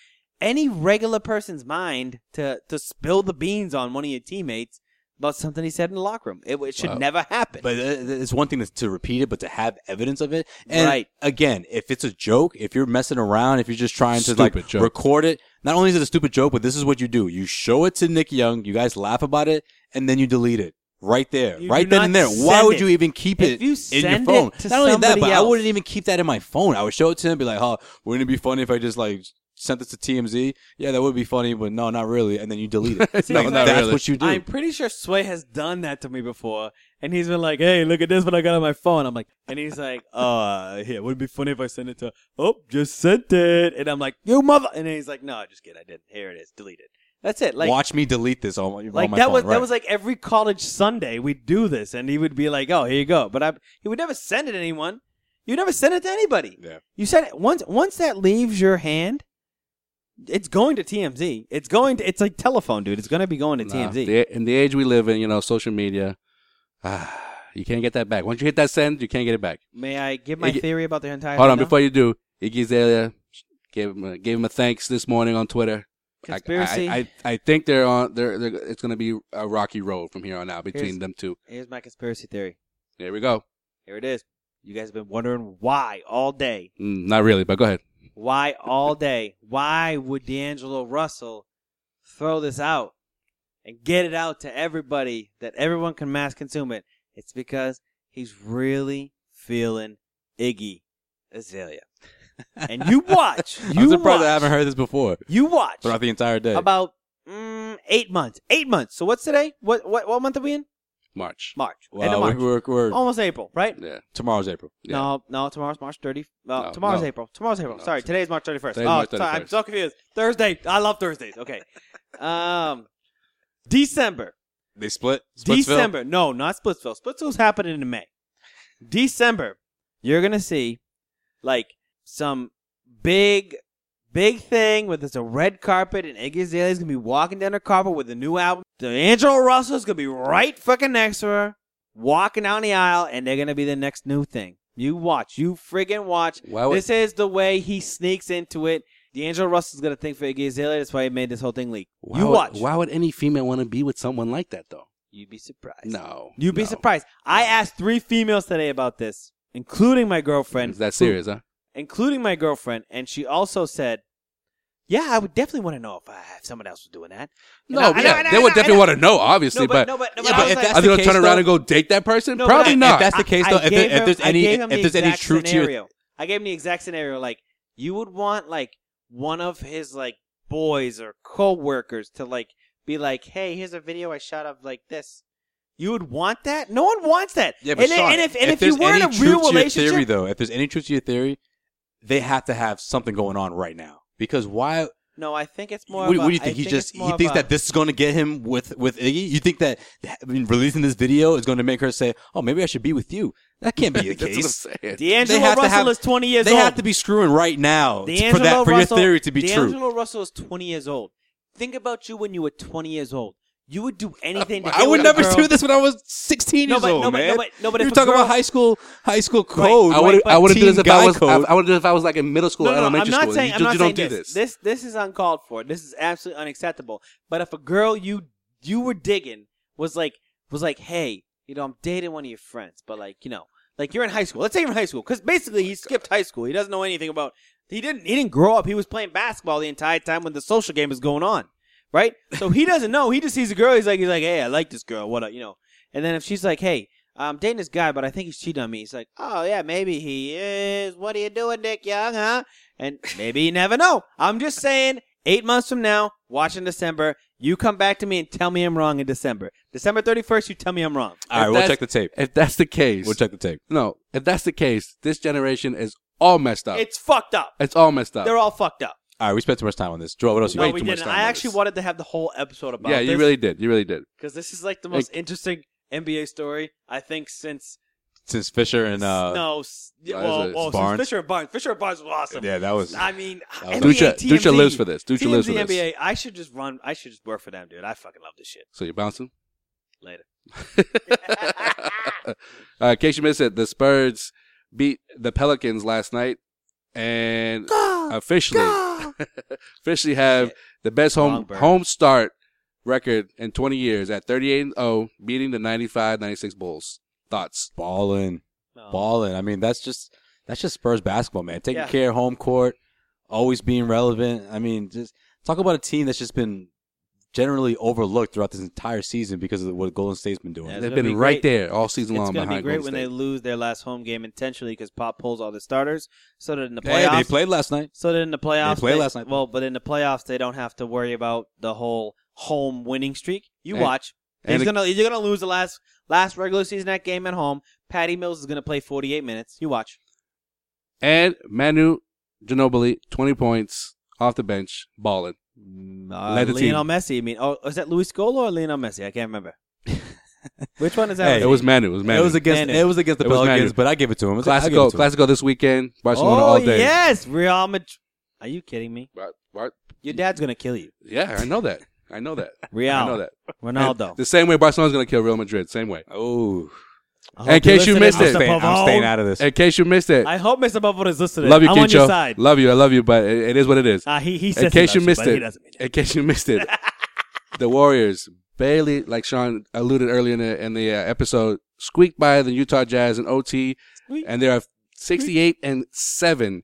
any regular person's mind to to spill the beans on one of your teammates about something he said in the locker room. It, it should
Wow.
never happen.
But it- it's one thing to, to repeat it, but to have evidence of it. And
Right.
again, if it's a joke, if you're messing around, if you're just trying to like
Stupid joke.
record it, not only is it a stupid joke, but this is what you do: you show it to Nick Young, you guys laugh about it, and then you delete it right there,
You
right
do
then
not
and there.
send
Why would
it.
you even keep it
If you
in your
send it
phone?
to
not only that,
somebody
but I
else-
wouldn't even keep that in my phone. I would show it to him, and be like, "Huh, wouldn't it be funny if I just like." Sent this to TMZ. Yeah, that would be funny, but no, not really. And then you delete it.
No,
Like,
not
that's
really.
what you do.
I'm pretty sure Sway has done that to me before, and he's been like, "Hey, look at this! What I got on my phone." I'm like, and he's like, "Uh, yeah, would it be funny if I sent it to? Oh, just sent it." And I'm like, "You mother!" And then he's like, "No, just kidding. I didn't. Here it is. Delete it. That's it. Like,
Watch me delete this on my,
like
on my
that
phone.
was
right.
that was like every college Sunday we'd do this, and he would be like, "Oh, here you go." But I, he would never send it to anyone. You never send it to anybody.
Yeah.
You said it once. Once that leaves your hand, it's going to TMZ. It's going to. It's like telephone, dude. It's going to be going to
Nah,
TMZ.
the- in the age we live in, you know, social media, ah, you can't get that back. Once you hit that send, you can't get it back.
May I give my
Iggy-
theory about the entire?
Hold on,
thing now?
before you do, Iggy Azalea gave him a, gave him a thanks this morning on Twitter. I-
Conspiracy.
I, I, I, think they're on. They're, they're it's going to be a rocky road from here on out between
Here's-
them two.
Here's my conspiracy theory.
There we go.
Here it is. You guys have been wondering why all day,
Mm, not really, but go ahead.
why all day, why would D'Angelo Russell throw this out and get it out to everybody that everyone can mass consume it? It's because he's really feeling Iggy Azalea. And you watch. You
I'm surprised
watch,
I haven't heard this before
You watch.
throughout the entire day.
About mm, eight months. Eight months. So what's today? What what what month are we in?
March.
March.
Well,
End of March.
we- we're- we're-
Almost April, right?
Yeah.
tomorrow's April.
Yeah.
No, no, tomorrow's March 30th. Uh,
No,
tomorrow's
no.
April. Tomorrow's April.
No.
Sorry, today's March 31st.
Today's
oh,
March
sorry, I'm
31st.
so confused. Thursday. I love Thursdays. Okay. um, December.
They split.
December. No, not Splitsville. Splitsville's happening in May. December, you're going to see like some big, big thing where there's a red carpet and Iggy Azalea's going to be walking down the carpet with a new album. D'Angelo Russell's going to be right fucking next to her, walking down the aisle, and they're going to be the next new thing. You watch. You friggin' watch.
Why would-
this is the way he sneaks into it. D'Angelo Russell's gonna think for Iggy Azalea. That's why he made this whole thing leak.
Why
you
would-
watch.
Why would any female want to be with someone like that though?
You'd be surprised.
No,
You'd be
no.
surprised. I asked three females today about this, including my girlfriend.
Is that
who-
serious, huh?
including my girlfriend, and she also said, "Yeah, I would definitely want to know if I if someone else was doing that." And
No,
I- I
yeah,
know, I know,
they
I know,
would definitely
I know.
want to know, obviously,
No,
but,
but, no, but, no,
Yeah,
but
but
I was
if
like-
that's
are they
the
gonna turn
case,
around
though-
and go date that person?
No, but
Probably
I-
not.
If that's the case,
I-
though,
I
if,
gave
there- if there's
him- I
any
gave him
if
the
there's any
exact
truth to your
scenario. I gave him the exact scenario. Like you would want like one of his like boys or coworkers to like be like, "Hey, here's a video I shot of like this." You would want that? No one wants that.
Yeah, but
and,
Sean,
and if and if,
there's
you were in
any
a
truth
real
to your
relationship,
theory, though, if there's any truth to your theory, they have to have something going on right now. Because why?
no, I think it's more.
What,
of
what
a-
do you
I
think? He
it's
just he
more of
thinks
a-
that this is going to get him with with Iggy. You think that that- I mean, releasing this video is going to make her say, "Oh, maybe I should be with you." That can't be the
That's
case.
what I'm saying.
D'Angelo
have to
Russell
have-
is twenty years
They
old.
have to be screwing right now t- for
D'Angelo
that for
Russell,
your theory to be
D'Angelo
true.
Russell is 20 years old. Think about you when you were 20 years old. You would do anything to
I
get
would
with a
never
girl.
do this when I was 16
No,
years
but-
old,
no, but-
man.
no, but- no, but
You're
if a
talking
girl-
about high school high school
Right,
code.
I
I would
would've-
I would do
teen
this if
guy
I was I,
code.
I would do this if I was like in middle school,
No, no, no, I'm
elementary
not
school.
saying
you
I'm
ju-
not
you
saying
don't do
this. This this is uncalled for. This is absolutely unacceptable. But if a girl you you were digging was like was like, hey, you know, I'm dating one of your friends, but like, you know, like you're in high school. Let's say you're in high school because basically he skipped high school. He doesn't know anything about. He didn't. He didn't grow up. He was playing basketball the entire time when the social game is going on, right? So he doesn't know. He just sees a girl. He's like, he's like, hey, I like this girl. What, up, you know? And then if she's like, hey, I'm dating this guy, but I think he's cheating on me. He's like, oh yeah, maybe he is. What are you doing, Dick Young, huh? And maybe you never know. I'm just saying, eight months from now, watch in December, you come back to me and tell me I'm wrong in December. December 31st, you tell me I'm wrong.
All right,
If
we'll
that's-
check the tape.
If that's the case,
We'll check the tape.
no, if that's the case, this generation is all messed up. It's,
It's fucked up.
all messed up.
They're all fucked up.
All right, we spent too much time on this. Joel, what else? you
No,
got?
we
too much
didn't.
time
I
on
actually
this.
wanted to have the whole episode about
yeah,
this
you really did. You really did.
because this is like the most interesting NBA story I think since
Since Fisher and uh,
no, s-
that was
well,
a-
well,
Barnes.
since Fisher and Barnes. Fisher and Barnes was awesome.
yeah, that was.
I mean,
was-
NBA,
Ducha- Ducha
TMZ,
lives for this. Ducha
TMZ,
lives for this.
NBA. I should just run. I should just work for them, dude. I fucking love this shit.
So you're bouncing.
Later.
uh, in case you missed it, the Spurs beat the Pelicans last night and officially officially have the best
Wrong
home
bird.
home start record in 20 years at 38 and 0, beating the 95 96 Bulls. Thoughts?
balling,
No.
balling. I mean, that's just that's just Spurs basketball, man. Taking
Oh. Yeah.
care of home court, always being relevant. I mean, just talk about a team that's just been generally overlooked throughout this entire season because of what Golden State's been doing.
Yeah,
They've
gonna
been
be
right
great.
there all season
it's
long
going to be
behind
great when
Golden
they
State.
lose their last home game intentionally because Pop pulls all the starters so that in the playoffs
Hey, they played last night.
So that in the playoffs,
They played last night.
Well, but in the playoffs, they don't have to worry about the whole home winning streak. You
And-
watch.
and
He's
the-
gonna you're gonna lose the last last regular season that game at home. Patty Mills is gonna play 48 minutes. You watch.
And Manu Ginobili, 20 points off the bench, balling.
Uh,
Led the team.
Lionel Messi. I mean, oh, is that Luis Scola or Lionel Messi? I can't remember. Which one is that?
Hey,
It was Manu. It was Manu.
It was against
Manu.
it was against the
It was
Pelicans,
Manu.
but I give it to him. It's- I give it
Classico,
to him.
Classico this weekend. Barcelona
oh
all day.
yes, Real Madrid. Are you kidding me?
Bar- Bar-
Your dad's gonna kill you,
Yeah, I know that. I know that.
Real.
I know that. And
Ronaldo.
The same way Barcelona's going to kill Real Madrid. Same way.
Oh,
I hope you're
case you
listening,
missed
I'm,
it.
Mr.
staying, I'm
Pavone.
staying out of this.
In case you missed it,
I hope Mr. Buffalo is listening.
love you,
I'm on
Kicho.
your side.
Love you. I love you, but it, it is what it is.
Uh, he he says he
in case you
loves
missed
but he
it,
doesn't mean it.
in case you missed it, the Warriors barely, like Sean alluded earlier in the, in the uh, episode, squeaked by the Utah Jazz in OT,
Squeak.
and they are 68 and seven,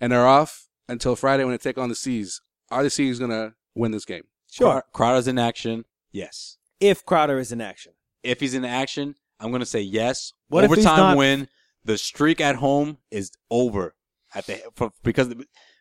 and are off until Friday when they take on the Seas. Are the Seas going to win this game?
Sure.
Crow- Crowder's in action. Yes.
If Crowder is in action,
If he's in action, I'm gonna say yes.
What if he's
Overtime
not-
win. The streak at home is over. At the for, because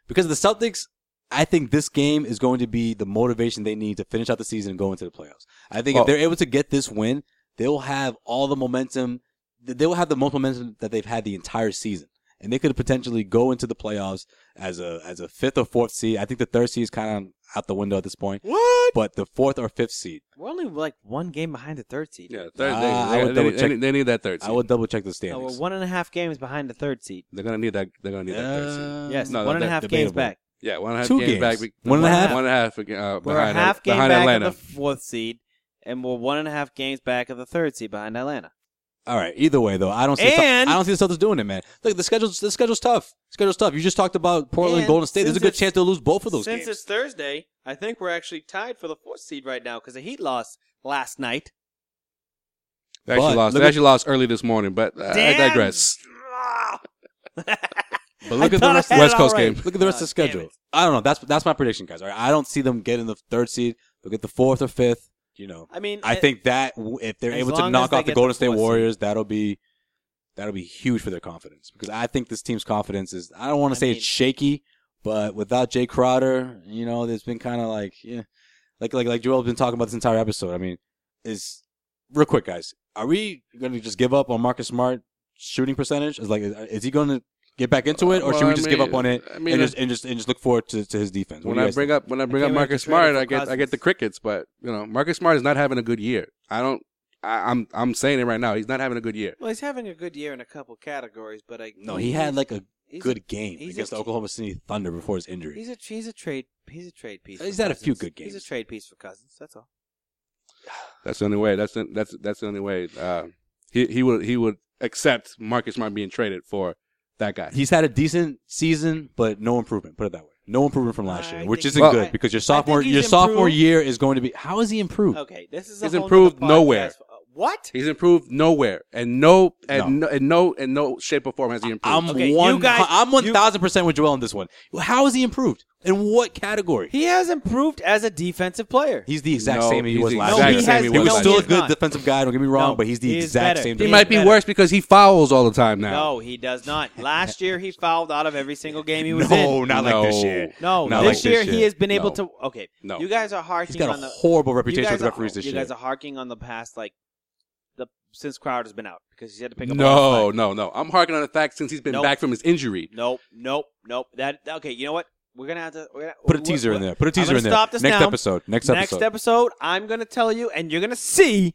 because of the Celtics, I think this game is going to be the motivation they need to finish out the season and go into the playoffs. I think
Well-
if they're able to get this win, they'll have all the momentum. They will have the most momentum that they've had the entire season, and they could potentially go into the playoffs as a as a fifth or fourth seed. I think the third seed is kind of out the window at this point.
what?
But the fourth or fifth seed,
We're only like one game behind the third seed.
Yeah, third.
Ah, I
they, they-
would
they-
double
they
check.
need- they need that third.
I
seed.
will double check the
No,
standings.
we're one and a half games behind the third seed.
They're gonna need that. They're gonna need that third seed.
Yes,
Uh, No,
one and a
that-
half games
debatable.
back.
Yeah, one and a half
Two
games,
games.
back. be-
One and a half?
One and a half. Uh,
We're a
behind,
half game
behind
back
Atlanta.
of the fourth seed, and we're one and a half games back of the third seed behind Atlanta.
All right. Either way, though, I don't see. the Cel-
And-
I don't see the Celtics doing it, man. Look, the schedule's the schedule's tough. Schedule's tough. You just talked about Portland,
And
Golden State. There's a
since
good
it's-
chance they'll lose both of those
Since
games.
it's Thursday, I think we're actually tied for the fourth seed right now because the Heat lost last night.
They actually
But
lost. They
look at-
actually lost early this morning, but uh, I
Damn.
digress. But look
I
at the
thought I
rest
had it
West Coast
all right.
game.
Look at the rest of the
Ah, damn
schedule.
it.
I don't know. That's that's my prediction, guys. All right. I don't see them getting the third seed. They'll get the fourth or fifth. You know.
I mean,
I
it-
think that w- if they're
As
able
long
to
as
knock
they
off
get
the
the
Golden State
fourth seed.
Warriors, that'll be that'll be huge for their confidence because I think this team's confidence is I don't want
I
to say
mean-
it's shaky, but without Jay Crowder, you know, there's been kind of like yeah, like like like Joel's been talking about this entire episode. I mean, is real quick, guys, are we going to just give up on Marcus Smart shooting percentage? Is like is, is he going to get back into it, or
Well,
should we
I
just give
mean-
up on it
I mean, uh,
and just and just and just look forward to, to his defense? What
When
do you
I
guys
bring
think?
up when I bring up
can't wait
Marcus
to trade him
Smart,
for
I get I
Cousins.
get the crickets. But you know, Marcus Smart is not having a good year. I don't. I, I'm I'm saying it right now. He's not having a good year.
Well, he's having a good year in a couple categories, but I
no, he had like a
he's a-
good game
he's a-
against the Oklahoma City Thunder before his injury.
He's a he's a trade he's a trade piece.
He's
for
had a few
Cousins.
good
He's
games.
a trade piece for Cousins. That's all.
That's the only way. That's the, that's that's the only way. Uh, he he would he would accept Marcus Smart being traded for that guy.
He's had a decent season, but no improvement. Put it that way, no improvement from last
I
year, which
think
isn't
he's-
good
I-
because
I
your
think
sophomore
he's
your sophomore
improved.
year is going to be. How has he improved?
Okay, this is a
He's
whole
improved
nother podcast
nowhere.
for- uh, what?
He's improved nowhere, and no, and
No.
no, and no, and no shape or form has he improved.
I'm
Okay, you
one.
guys-
I'm
you-
one thousand percent with Joel on this one. How has he improved? In what category?
He has improved as a defensive player.
He's the exact
No,
same he
he's
was
the
last
exact
year.
same he
he was
was
still a
last year.
good defensive guy. Don't get me wrong,
No,
but he's the
he is
exact
better.
same.
he
He
dude.
might be
better.
worse because he fouls all the time now.
No, he does not. Last year he fouled out of every single game he was
No,
in.
not like this
No.
year.
No,
Not
this
like
year
this
he
year.
has been able
No.
to. Okay,
No.
you guys are harking
He's got
on
a
the
horrible
you
reputation
guys
with the
are-
referees this
you
year.
guys are harking on the past, like the since Crowder's been out because he had to pick up. all the
No,
slack.
no, no. I'm harking on the fact since he's been
Nope.
back from his injury.
nope, nope, nope. That okay. You know what? We're gonna have to we're gonna,
Put a
we're-
teaser in
we're-
there. Put a
I'm
teaser
gonna
in there.
Stop this
Next
now.
episode. Next
Next
episode.
episode, I'm gonna tell you, and you're gonna see.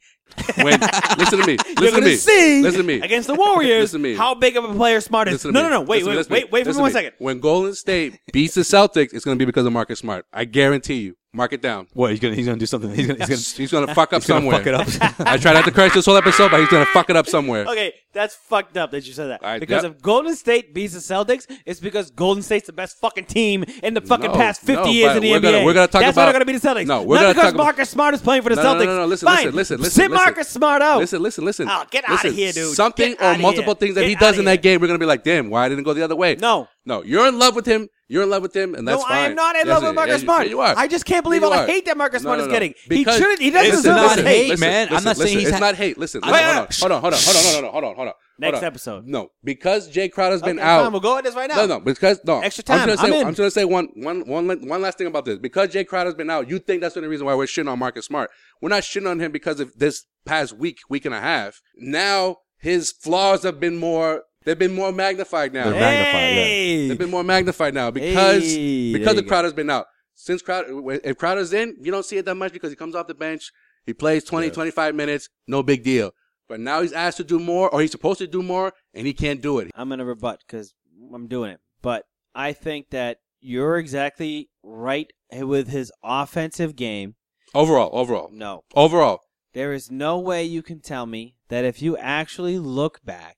Wait, listen to me.
You're
Listen to
gonna
me.
see
Listen to me.
against the Warriors.
Listen to me.
How big of a player Smart is?
Listen to
No,
me.
no, no. Wait,
Listen,
wait,
listen to me.
wait, wait for
Listen
me one
to
second.
When Golden State beats the Celtics, it's going to be because of Marcus Smart. I guarantee you. Mark it down.
What he's gonna he's gonna do something. He's gonna he's gonna,
He's going to fuck up
he's gonna
somewhere.
fuck it up.
I tried not to curse this whole episode, but he's going to fuck it up somewhere.
Okay, that's fucked up that you said that.
All right,
because
yep.
if Golden State beats the Celtics, it's because Golden State's the best fucking team in the fucking
No,
past 50
no,
years
but
in the
we're
NBA.
gonna- we're gonna talk
that's why they're
about-
going to be the Celtics.
No, we're
Not
gonna
because
talk about-
Marcus Smart is playing for the
No, no,
Celtics.
no, no, listen,
Fine.
listen, listen, listen,
Sit
listen.
Marcus Smart out.
Listen, listen, listen.
Oh, get outta
listen.
here, dude.
Something
Get
or
outta here.
multiple things that he
Get outta
does in that
here.
game, we're going to be like, damn, why didn't it go the other way?
No.
No, you're in love with him. You're in love with him, and that's
no,
fine.
I am not in
Yes,
love
it-
with Marcus
yes,
Smart.
You are.
I just can't believe
You
all the
are.
hate that Marcus
No,
Smart
no,
is
no.
getting.
Because-
he shouldn't. He doesn't
It's
deserve
not
this
hate,
hate.
man. I'm
listen,
not saying
listen,
he's
it's
ha-
not hate. Listen,
Wait, wait, wait.
hold on, hold on, hold on, hold on, hold on, hold on, hold on.
Next
hold on.
episode.
No, because Jay Crowder's been
Okay,
out.
fine, we'll go at this right now.
No, no, because no.
Extra
I'm,
time,
just gonna say,
I'm in.
just gonna say one, one, one, la- one last thing about this. Because Jay Crowder's been out, you think that's the only reason why we're shitting on Marcus Smart? We're not shitting on him because of this past week, week and a half. Now his flaws have been more. They've been more magnified now.
They're magnified, yeah.
Hey.
They've been more magnified now because
Hey,
because
there
the
you
Crowder's been out. Since Crowder, if Crowder's in, you don't see it that much because he comes off the bench, he plays 20, 25 minutes, no big deal. But now he's asked to do more, or he's supposed to do more, and he can't do it.
I'm going to rebut because I'm doing it. But I think that you're exactly right with his offensive game.
Overall, overall,
No,
overall,
there is no way you can tell me that if you actually look back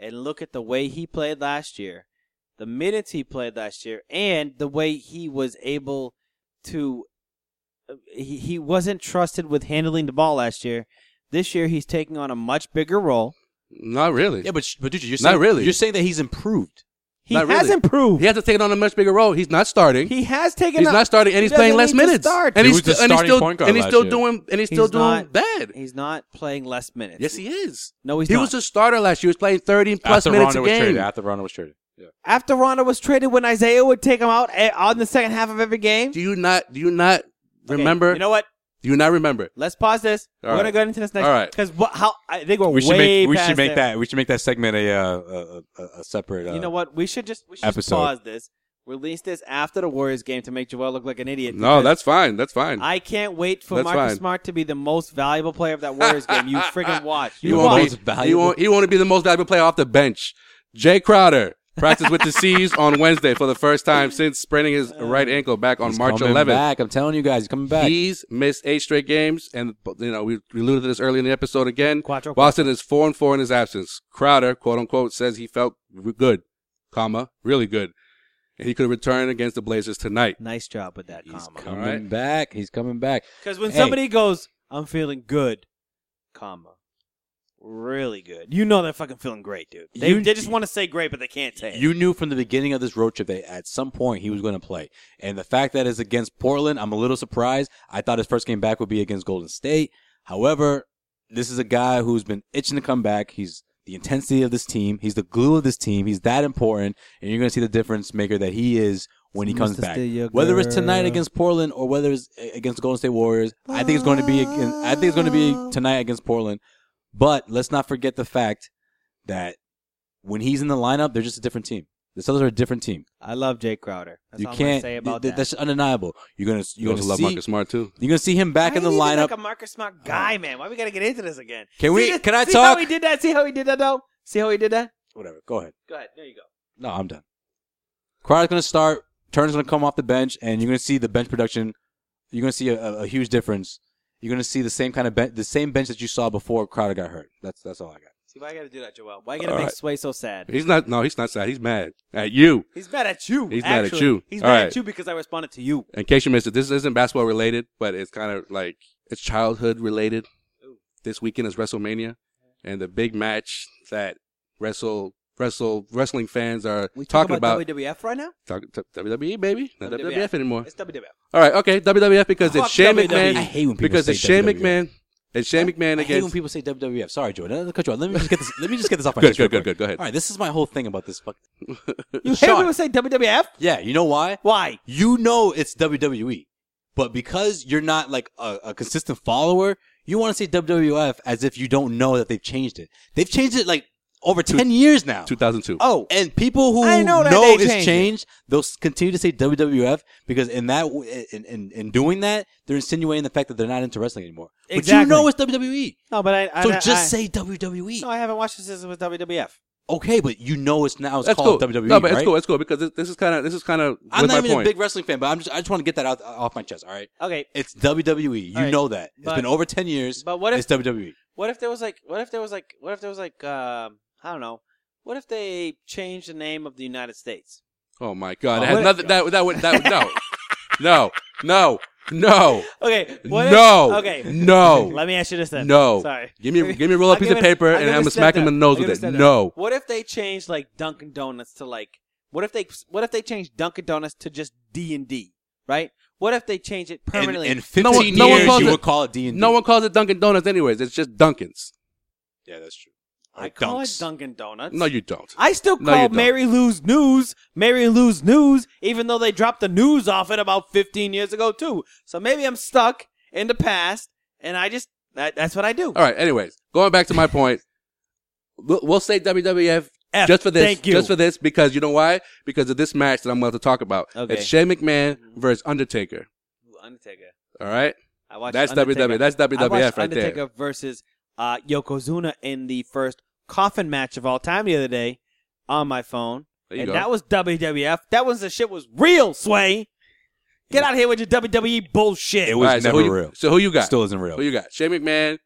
and look at the way he played last year, the minutes he played last year, and the way he was able to. He, he wasn't trusted with handling the ball last year. This year, he's taking on a much bigger role.
not really.
Yeah, but sh- but dude, you're
Not
saying,
really.
You're saying that he's improved.
He
Not
has
really.
improved.
He has to take it on a much bigger role. He's not starting.
He has taken.
he's
a-
not starting, and
he
he's playing
doesn't need to
less minutes.
start.
And
He
he's
was the
still, and he's
starting
still,
point guard
and he's
last
still
year.
doing, and he's
He's
still doing
not-
bad.
He's not playing less minutes.
Yes, he is.
No, he's
he
not.
was a starter last year. He was playing thirty plus
after
minutes
Rondo
a
was traded.
game.
After Rondo was traded.
After Rondo was traded, when Isaiah would take him out eh, on the second half of every game.
Do you not? Do you not
Okay,
remember?
You know what?
do you not remember?
Let's pause this.
All
we're
right.
gonna go into this next.
All right.
Because how I think we're
We should
Oh, way
make we
past
should make
it.
that we should make that segment a uh, a, a, a separate. Uh,
You know what? We should just we should just
Episode.
pause this. Release this after the Warriors game to make Joel look like an idiot.
No,
because
that's fine. That's fine.
I can't wait for
That's
Marcus
fine.
Smart to be the most valuable player of that Warriors game. You friggin' watch.
he
You
won't
watch.
won't
most
be.
valuable-
He won't. He won't be the most valuable player off the bench. Jay Crowder. Practice with the C's on Wednesday for the first time since spraining his right ankle back on
He's
March
coming
11th.
Back. I'm telling you guys, he's coming back.
He's missed eight straight games, and you know we we alluded to this earlier in the episode. Again,
Quattro.
Boston is four and four in his absence. Crowder, quote unquote, says he felt re- good, comma really good, and he could return against the Blazers tonight.
Nice job with that
he's
comma.
coming
Alright.
back. He's coming back.
Because when
Hey.
somebody goes, I'm feeling good, comma, really good, you know they're fucking feeling great, dude. They,
You-
they just want to say great, but they can't say it.
You knew from the beginning of this road trip that at some point he was going to play. And the fact that it's against Portland, I'm a little surprised. I thought his first game back would be against Golden State. However, this is a guy who's been itching to come back. He's the intensity of this team. He's the glue of this team. He's that important. And you're going to see the difference maker that he is when he comes
Mr.
back.
Stay Your
Whether it's tonight
Girl.
against Portland or whether it's against the Golden State Warriors, I think it's going to be again, I think it's going to be tonight against Portland. But let's not forget the fact that when he's in the lineup, they're just a different team. The Celtics are a different team.
I love Jake Crowder. That's
you
all I'm gonna
can't
say about
th-
that.
That's undeniable. You're gonna
You
you're
also
gonna
love
see,
Marcus Smart too.
You're gonna see him back in the
Why you
lineup.
even Like a Marcus Smart guy, man. Why we gotta get into this again?
Can
See
we-
this-
can I
see
talk?
how he did that? See how he did that, though. See how he did that?
Whatever. Go ahead.
Go ahead. There you go.
No, I'm done. Crowder's gonna start. Turner's gonna come off the bench, and you're gonna see the bench production. You're gonna see a, a, a huge difference. You're gonna see the same kind of bench, the same bench that you saw before Crowder got hurt. That's that's all I got.
See why I gotta do that, Joel? Why you gotta
All
make
right.
Sway so sad?
He's not. No, he's not sad. He's mad at you.
He's mad at you.
He's mad at
actually.
you.
He's
All
mad
right.
at you because I responded to you.
In case you missed it, this isn't basketball related, but it's kind of like it's childhood related. This weekend is WrestleMania, and the big match that wrestle wrestle wrestling fans are
We
talking
talking
about,
WWF right now?
talking to WWE baby, E, not
E.
WWF,
WWF.
anymore.
It's WWF.
All right, okay, WWF because it's
Fuck
Shane
WWE.
McMahon.
E. I hate when people
because
say
it's Shane
WWF.
McMahon. It's Shane McMahon
I hate when
against.
people say WWF. Sorry, Jordan. Let me cut you off. Let me just get this. Let me just get this off my
Good,
chest.
good,
real quick.
good, good. Go ahead.
All right, this is my whole thing about this. Fuck.
You hate
Uh, Sean.
when people say WWF?
Yeah, you know why?
Why?
You know it's WWE, but because you're not like a, a consistent follower, you want to say WWF as if you don't know that they've changed it. They've changed it like over ten years now.
2002.
Oh, and people who
I
know,
know that they
it's
changed it.
changed, they'll s- continue to say WWF because in that in, in in doing that, they're insinuating the fact that they're not into wrestling anymore. But you
Exactly.
know it's WWE,
No, but I. I
so
I-
just
I-
say WWE.
No, I haven't watched this since it was WWF.
Okay, but you know it's now it's
that's cool.
called WWE.
no, but it's
right?
cool. It's cool because this, this is kind of this is kind of
I'm
with
not
my
even
point.
a big wrestling fan, but I'm just I just want to get that out off my chest. All right,
Okay,
it's WWE. You
All right,
know that it's
but-
been over ten years.
but what if-
it's E. WWE?
What if there was like what if there was like what if there was like um I don't know. What if they changed the name of the United States?
Oh my god!
Oh,
It has
what-
nothing. That that would that would no, no, no, no,
Okay. What if-
no,
okay.
no,
Let me ask you this then.
no.
Sorry.
Give me give me a roll of
I'll
piece
give
of
it-
paper
I'll
and
give
I'm
it a
gonna
step
smack him
down.
in the nose
I'll give
with
a
it.
step down.
No,
What if they changed like Dunkin' Donuts to like? What if they? What if they changed Dunkin' Donuts to just D and D? Right. What if they change it
In,
permanently?
in
No
fifteen
one- no one
years,
calls
you
it-
would call it D and
no one calls it Dunkin' Donuts anyways. It's just Dunkin's.
Yeah, that's true. Or
I call
Dunks.
it Dunkin' Donuts.
No, you don't.
I still
No, you
call
don't.
Mary Lou's News Mary Lou's News, even though they dropped the news off it about 15 years ago too. So maybe I'm stuck in the past, and I just that, that's what I do.
All right. Anyways, going back to my point, we'll, we'll say WWF
F,
just for this,
thank you.
just for this, because you know why? Because of this match that I'm about to talk about.
Okay.
It's Shane McMahon versus Undertaker.
Undertaker.
All right.
I watched
That's
Undertaker.
WW that's
I watched
WWF right there.
Undertaker versus uh, Yokozuna in the first coffin match of all time the other day on my phone,
There you
and
go.
that was WWF. That was the shit was real. Sway, get out of here with your WWE bullshit.
It was
All right, so
never
who you-
real.
So who you got?
Still isn't real.
Who you got? Shane McMahon,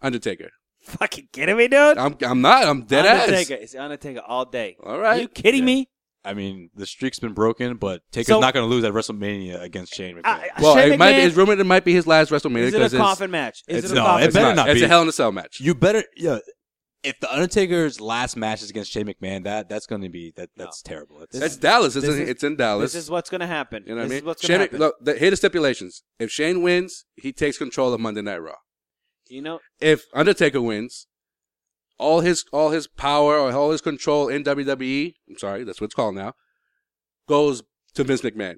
Undertaker.
fucking kidding me, dude.
I'm I'm not. I'm dead
Undertaker.
ass.
It's Undertaker all day.
All right.
Are you kidding
Yeah.
me?
I mean, the streak's been broken, but Taker's
So-
not going to lose at WrestleMania against Shane McMahon.
I- I-
Well,
Shane
it might.
McMahon-
It's rumored it might be his last WrestleMania
Is it
because
a coffin match? Is it
it's
a
no,
coffin
it better
match?
not
it's
be.
a Hell in a Cell match.
you better. Yeah, if the Undertaker's last match is against Shane McMahon, that that's going to be that that's terrible. That's,
That's Dallas.
this
Isn't it?
is-
it's in Dallas.
This is what's going to happen.
you know what I
this
mean?
is what's
Shane-
going to happen.
look, the, here are the stipulations. If Shane wins, he takes control of Monday Night Raw.
you know,
If Undertaker wins, all his all his power or all his control in WWE, I'm sorry, that's what it's called now, goes to Vince McMahon.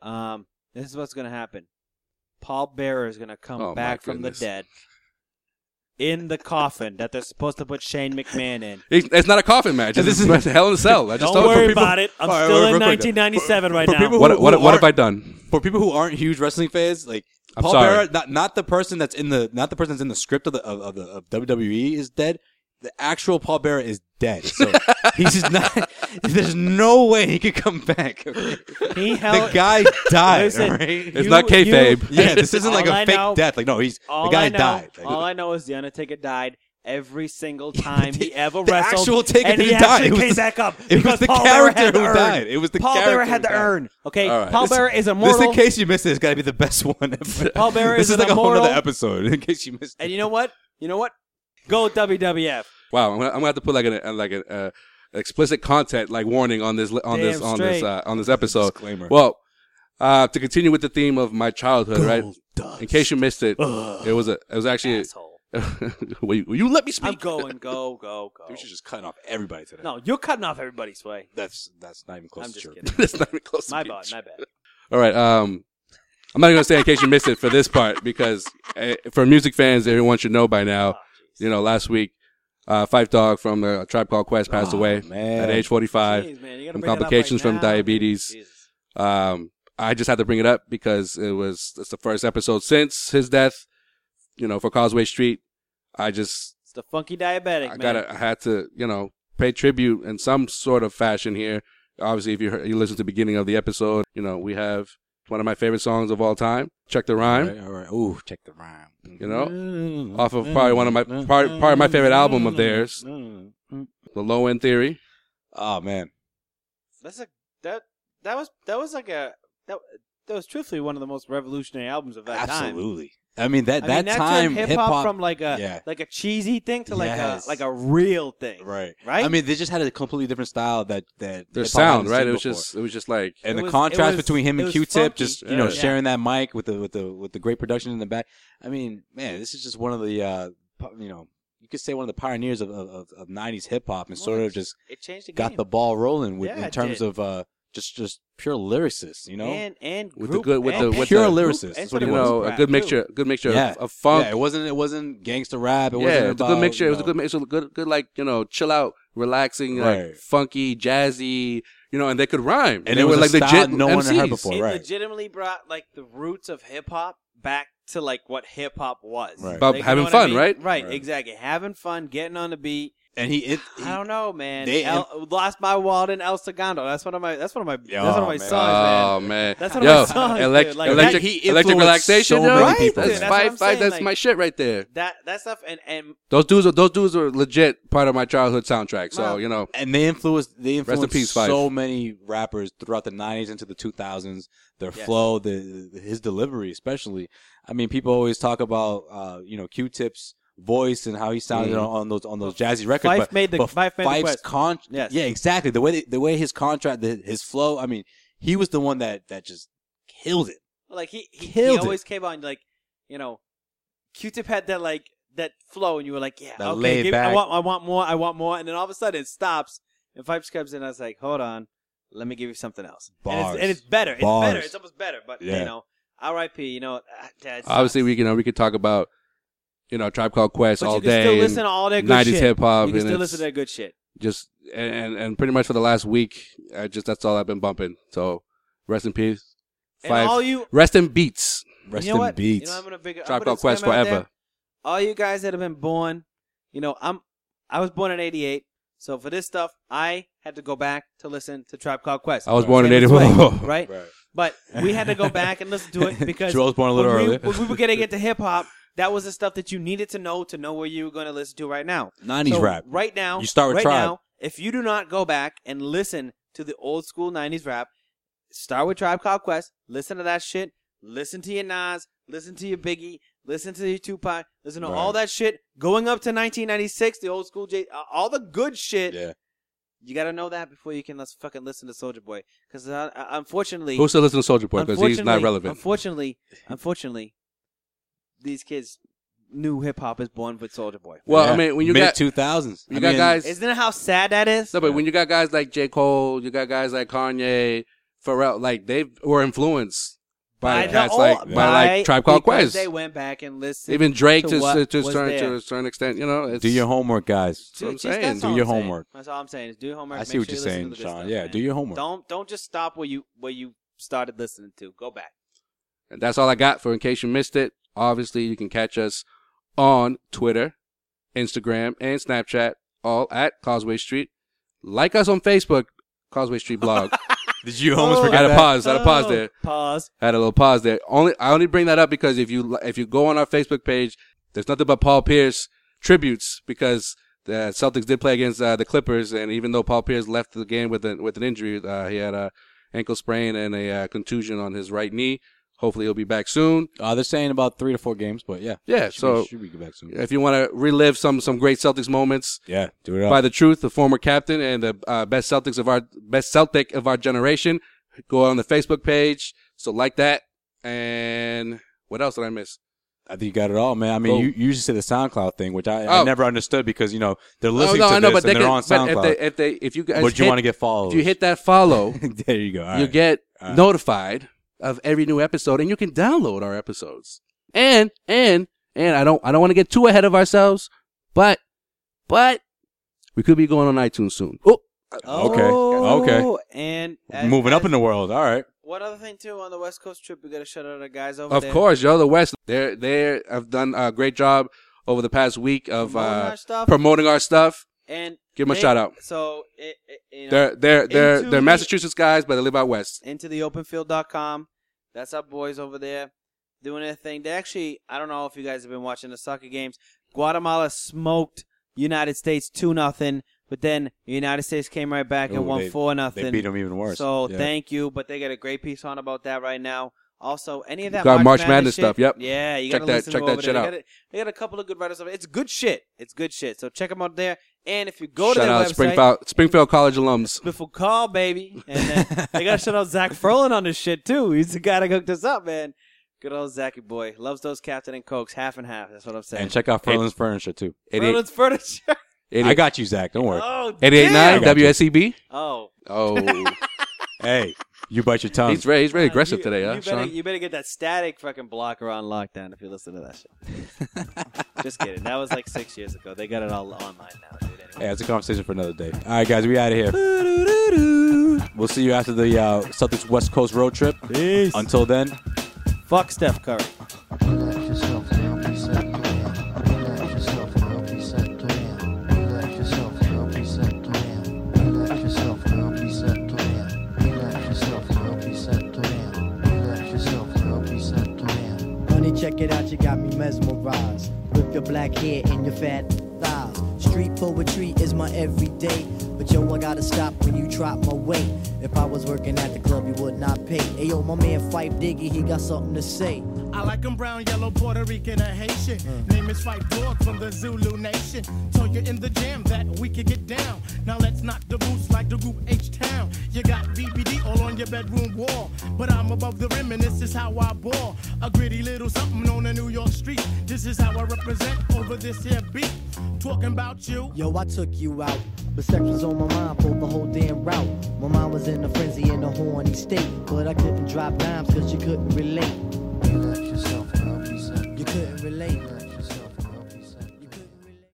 um, this is what's going to happen. Paul Bearer is going to come
Oh, my
back from the
goodness.
dead in the coffin that they're supposed to put Shane McMahon in.
It's it's not a coffin match. This is Hell in a Cell. I just
Don't
told you.
worry
People-
about it. I'm
All right,
still
real
in
quick,
1997 right
for
now.
people who-
What, what, what
aren't-
have I done?
for people who aren't huge wrestling fans, like
I'm
Paul
sorry.
Bearer, not not the person that's in the not the person that's in the script of the of, of the of WWE E is dead. the actual Paul Bearer is dead. So he's just not. There's no way he could come back. okay?
He
The
held-
guy died.
Listen,
right?
It's not kayfabe.
you-
Yeah, this isn't like
All
a
I
fake
know-
death. Like no, he's the guy
I know,
died. Like,
all I know is the Undertaker died every single time
the-
he ever
the
wrestled.
actual Taker
and he
didn't die.
actually
It was
came
the-
back up.
it was
because
the
Paul Bearer
character
had to
who
earn.
died. It was the
Paul
character
Bearer had
who
to
died.
earn. Okay,
All right.
Paul
This-
Bearer is
this,
immortal.
in case you missed it, it's got to be the best one ever.
Paul Bearer
this
is
is
an
like a whole
immortal-
other episode. In case you missed,
And
it.
you know what? You know what? Go WWF.
Wow, I'm gonna, I'm gonna have to put like an uh, like an uh, explicit content like warning on this li- on this
Damn
on this
straight.
uh, on this episode.
Disclaimer.
Well, uh, to continue with the theme of my childhood, right? In case you missed it, it was a it was actually.
Asshole.
will, you, will you let me speak?
I'm going. Go, go, go.
we should just cut off everybody today.
No, you're cutting off everybody's way.
that's that's not even close
I'm
to
just
true.
kidding.
That's not even close. to
My
being
bad. My bad.
All right. Um, I'm not gonna say in case you missed it for this part because uh, for music fans, everyone should know by now.
Oh,
you know, last week, uh, Fife Dog from the Tribe Called Quest passed
Oh,
away
man.
at age 45.
Jeez, man, you gotta
from
bring that up
complications
right
from
now.
diabetes.
Jesus.
Um, I just had to bring it up because it was it's the first episode since his death. You know, for Causeway Street, I just
It's the funky diabetic.
I
man.
gotta I had to you know pay tribute in some sort of fashion here. Obviously, if you heard, you listen to the beginning of the episode, you know we have one of my favorite songs of all time, "Check the Rhyme."
All right, all right. Ooh, check the rhyme. Mm-hmm.
You know, off of probably one of my- part- probably my favorite album of theirs. The Low End Theory.
Oh man,
That's a that that was that was like a that, that was truthfully one of the most revolutionary albums of that time.
absolutely. I mean that
I
that,
mean, that
time
turned
hip hop
from uh, like a
yeah.
like a cheesy thing to like
Yes.
a like a real thing.
right,
Right?
I mean they just had a completely different style that that
Their
hip-hop
sound,
hadn't
right?
seen
It was
before.
just it was just like
and
It
the
was-
contrast
it was-
between him
it
and
was
Q-Tip,
funky.
just you know,
Yeah.
sharing that mic with the with the with the great production in the back. I mean, man, this is just one of the uh, pi- you know, you could say one of the pioneers of of, of- of '90s hip hop, and
Well,
sort
it
of just
It changed the
got
game.
the ball rolling with
Yeah,
in
it
terms
did.
of uh, just just pure lyricists, you know.
and and
With the
group,
good- with
and
the- with
Pure
group
lyricist,
and
that's what
sort of
he
you
was.
know
rap,
a good mixture,
too.
a good mixture
yeah,
of, of funk.
Yeah, it wasn't it wasn't gangster rap. It
yeah,
wasn't
it's
about,
a good mixture.
You know,
It was a good. mi- It's a good, good like you know, chill out, relaxing, like
Right.
funky, jazzy. You know, and they could rhyme.
And
they
it
were
was a
like
style
legit
no one had heard
MCs.
before.
It
Right.
legitimately brought like the roots of hip hop back to like what hip hop was.
Right.
About
Like, you
having
know what I
fun,
mean?
right?
Right,
Right.
exactly. Having fun, getting on the beat.
And he, it, he
I don't know, man.
They-
El, lost my wallet in El Segundo. That's one of my. That's one of my. that's one of my
man.
songs,
Oh
man.
man,
That's one of
yo,
my songs,
elect-
dude. Like,
electric,
that- he
electric
influenced
relaxation,
so
yo.
many
Right, people,
That's
dude. That's what
five,
I'm
five.
saying,
That's
like-
my shit right there.
That that stuff and and
Those dudes are those dudes are legit part of my childhood soundtrack. So
Well,
you know,
and they influenced they
in
influenced
peace, Fife.
so many rappers throughout the '90s into the 2000s. Their
Yes.
flow, the, the his delivery, especially. I mean, people always talk about uh, you know Q-Tip's voice and how he sounded
Mhm.
on, on those on those jazzy records.
Fife
but,
made the-
but
Fife made the
Fife's
quest.
con-
Yes.
yeah, exactly. The way they, the way his contract, the, his flow. I mean, he was the one that that just killed it.
like he he, he
Killed it.
always came on like you know, Q-Tip had that like that flow, and you were like, yeah,
That
okay,
laid
give, I
back.
want I want more, I want more, and then all of a sudden it stops, and Fife comes in, and I was like, hold on, let me give you something else, And,
Bars.
it's, and it's better, it's
Bars.
better, it's almost better, but
Yeah.
you know, R.I.P. You know, ah, that sucks.
obviously we you know we could talk about you know Tribe Called Quest
but
all
you can
day.
still
and
listen to all that good
90s
shit.
hip
You
hop. and
can still
it's-
listen to that good shit.
just and, and and pretty much for the last week, I just that's all I've been bumping. So rest in peace.
And all you,
rest in beats.
Rest
you know
in
what?
beats.
You know, I'm gonna big, I'm
Tribe
gonna
Called Quest
slam out
forever.
there. All you guys that have been born, you know, I'm, I was born in '88, so for this stuff, I had to go baback to listen to Tribe Called Quest.
I was born in
Same as
81.
Wayne, right? But we had to go back and listen to it because
Joel's born a little
when we,
earlier.
when we were getting into hip hop. That was the stuff that you needed to know to know where you were going to listen to right now.
90s
So
rap.
Right now,
You start with
right
Tribe.
now. If you do not go back and listen to the old school '90s rap, start with Tribe Called Quest. Listen to that shit. Listen to your Nas. Listen to your Biggie. Listen to your Tupac. Listen to all
Right.
that shit. Going up to 1996, the old school J, uh, all the good shit.
Yeah.
You gotta know that before you can let's fucking listen to Soldier Boy, because uh, uh, unfortunately,
Who still listen to Soldier Boy because he's not
unfortunately-
relevant.
Unfortunately, unfortunately, these kids new hip hop is born with Soldier Boy.
Well, I mean, when you
mid
got
2000s,
you
I
got
mean,
guys.
Isn't that how sad that is?
no, but when you got guys like J Cole, you got guys like Kanye, Pharrell, like they were influenced by,
the
cats
old-
like by, like Tribe Called
because
Quest.
They went back and listened.
Even Drake
to
to
what
to, to,
was
certain,
there.
to a certain extent, you know. It's,
do your homework, guys.
That's what I'm
Just- just-
saying.
that's
Do
all
your
I'm saying.
homework.
That's all I'm saying is do your homework.
I
Make
see what
sure
you're
listen
saying,
to the good
Sean.
stuff,
Yeah,
man.
do your homework.
Don't don't just stop where you where you started listening to. Go back.
And that's all I got for in case you missed it. Obviously, you can catch us on Twitter Instagram, and Snapchat, all at Causeway Street. Like us on Facebook, Causeway Street Blog.
Did you almost
I
forget
had a
that?
pause. I had a pause
Oh,
there.
Pause.
I had a little pause there. Only I only bring that up because if you if you go on our Facebook page, there's nothing but Paul Pierce tributes because the Celtics did play against uh, the Clippers, and even though Paul Pierce left the game with an with an injury, uh, he had a ankle sprain and a uh, contusion on his right knee. Hopefully, he'll be back soon.
Uh, they're saying about three to four games, but yeah,
Yeah,
Should
so-
be, should be good back soon.
If you want to relive some some great Celtics moments,
Yeah, do it up.
by the truth, the former captain and the uh, best Celtics of our best Celtic of our generation. Go on the Facebook page, so like that. And what else did I miss?
I think you got it all, man. I mean,
Cool.
you, you usually say the SoundCloud thing, which I, I
Oh.
never understood because you know they're listening to this and
can-
they're on SoundCloud.
But if they, if they, if you guys,
but you
hit-
want to get followed?
if you hit that follow,
there you go. All
you
right.
get
All right.
notified of every new episode, and you can download our episodes. And and and I don't I don't want to get too ahead of ourselves, but but we could be going on iTunes soon. Oh,
Uh, Okay. Okay.
Oh, And as-
moving up
as-
in the world. All right.
One other thing too on the West Coast trip, we gotta shout out our guys over
of
there.
course, yo, the West. They're they have done a great job over the past week of
Promoting
uh,
our stuff.
promoting our stuff.
and
Give 'em a
they-
shout out.
So, it, it, you know,
They're they're they're
Into
they're
the-
Massachusetts guys, but they live out west.
intotheopenfield.com. That's our boys over there doing their thing. They actually, I don't know if you guys have been watching the soccer games. Guatemala smoked United States 2 nothing, but then the United States came right back
Ooh,
and won
they-
4
They
nothing.
beat them even worse.
So
Yeah.
thank you, but they got a great piece on about that right now. Also, any of that
Got March
March,
Madness
shit,
stuff, yep.
Yeah, you
Check
gotta
that-
listen
check
to
that
over
shit
there.
out.
They got, a, they got a couple of good writers over there. It's good shit. It's good shit. So check them out there. And if you go to
Shout
their
out
website,
Springfield Springfield College alums.
Biffle call, baby. And then they gotta shout out Zach Froland on this shit too. He's the guy that hooked us up, man. Good old Zachy boy. Loves those Captain and Cokes, half and half. That's what I'm saying.
and check out Ferlin's furniture too.
Froland's furniture.
I got you, Zach. Don't worry.
Oh, damn.
889
Damn.
WSEB.
Oh,
E Oh,
hey, you bite your tongue.
he's very, he's very aggressive
You-
today, huh,
you better,
Sean?
You better get that static fucking blocker on lockdown if you listen to that shit. Just kidding. That was like six years ago. They got it all online now, dude. Anyway.
Yeah, it's a conversation for another day. All right, guys, we out of here. We'll see you after the uh, Celtics West Coast road trip.
Peace.
Until then,
Fuck Steph Curry.
Relax yourself and help reset plan. Relax yourself and help reset plan. Relax yourself and help reset plan. Relax yourself and help reset plan. Relax yourself and help reset plan. Relax yourself and help reset plan.
Honey, check it out, you got me mesmerized. With your black hair and your fat thighs. Street poetry is my everyday. But yo, I gotta stop when you drop my weight. If I was working at the club, you would not pay. Hey yo, my man Fife Diggy, he got something to say.
I like 'em brown, yellow, Puerto Rican, or Haitian. Name is Fight Dog from the Zulu Nation. Told you in the jam that we could get down. Now let's knock the boots like the group H Town. You got BPD all on your bedroom wall. But I'm above the rim and this is how I ball. A gritty little something on the New York street. This is how I represent over this here beat. Talking about you.
Yo, I took you out. But sex was on my mind for the whole damn route. My mind was in a frenzy in a horny state. But I couldn't drop dimes cause you couldn't relate.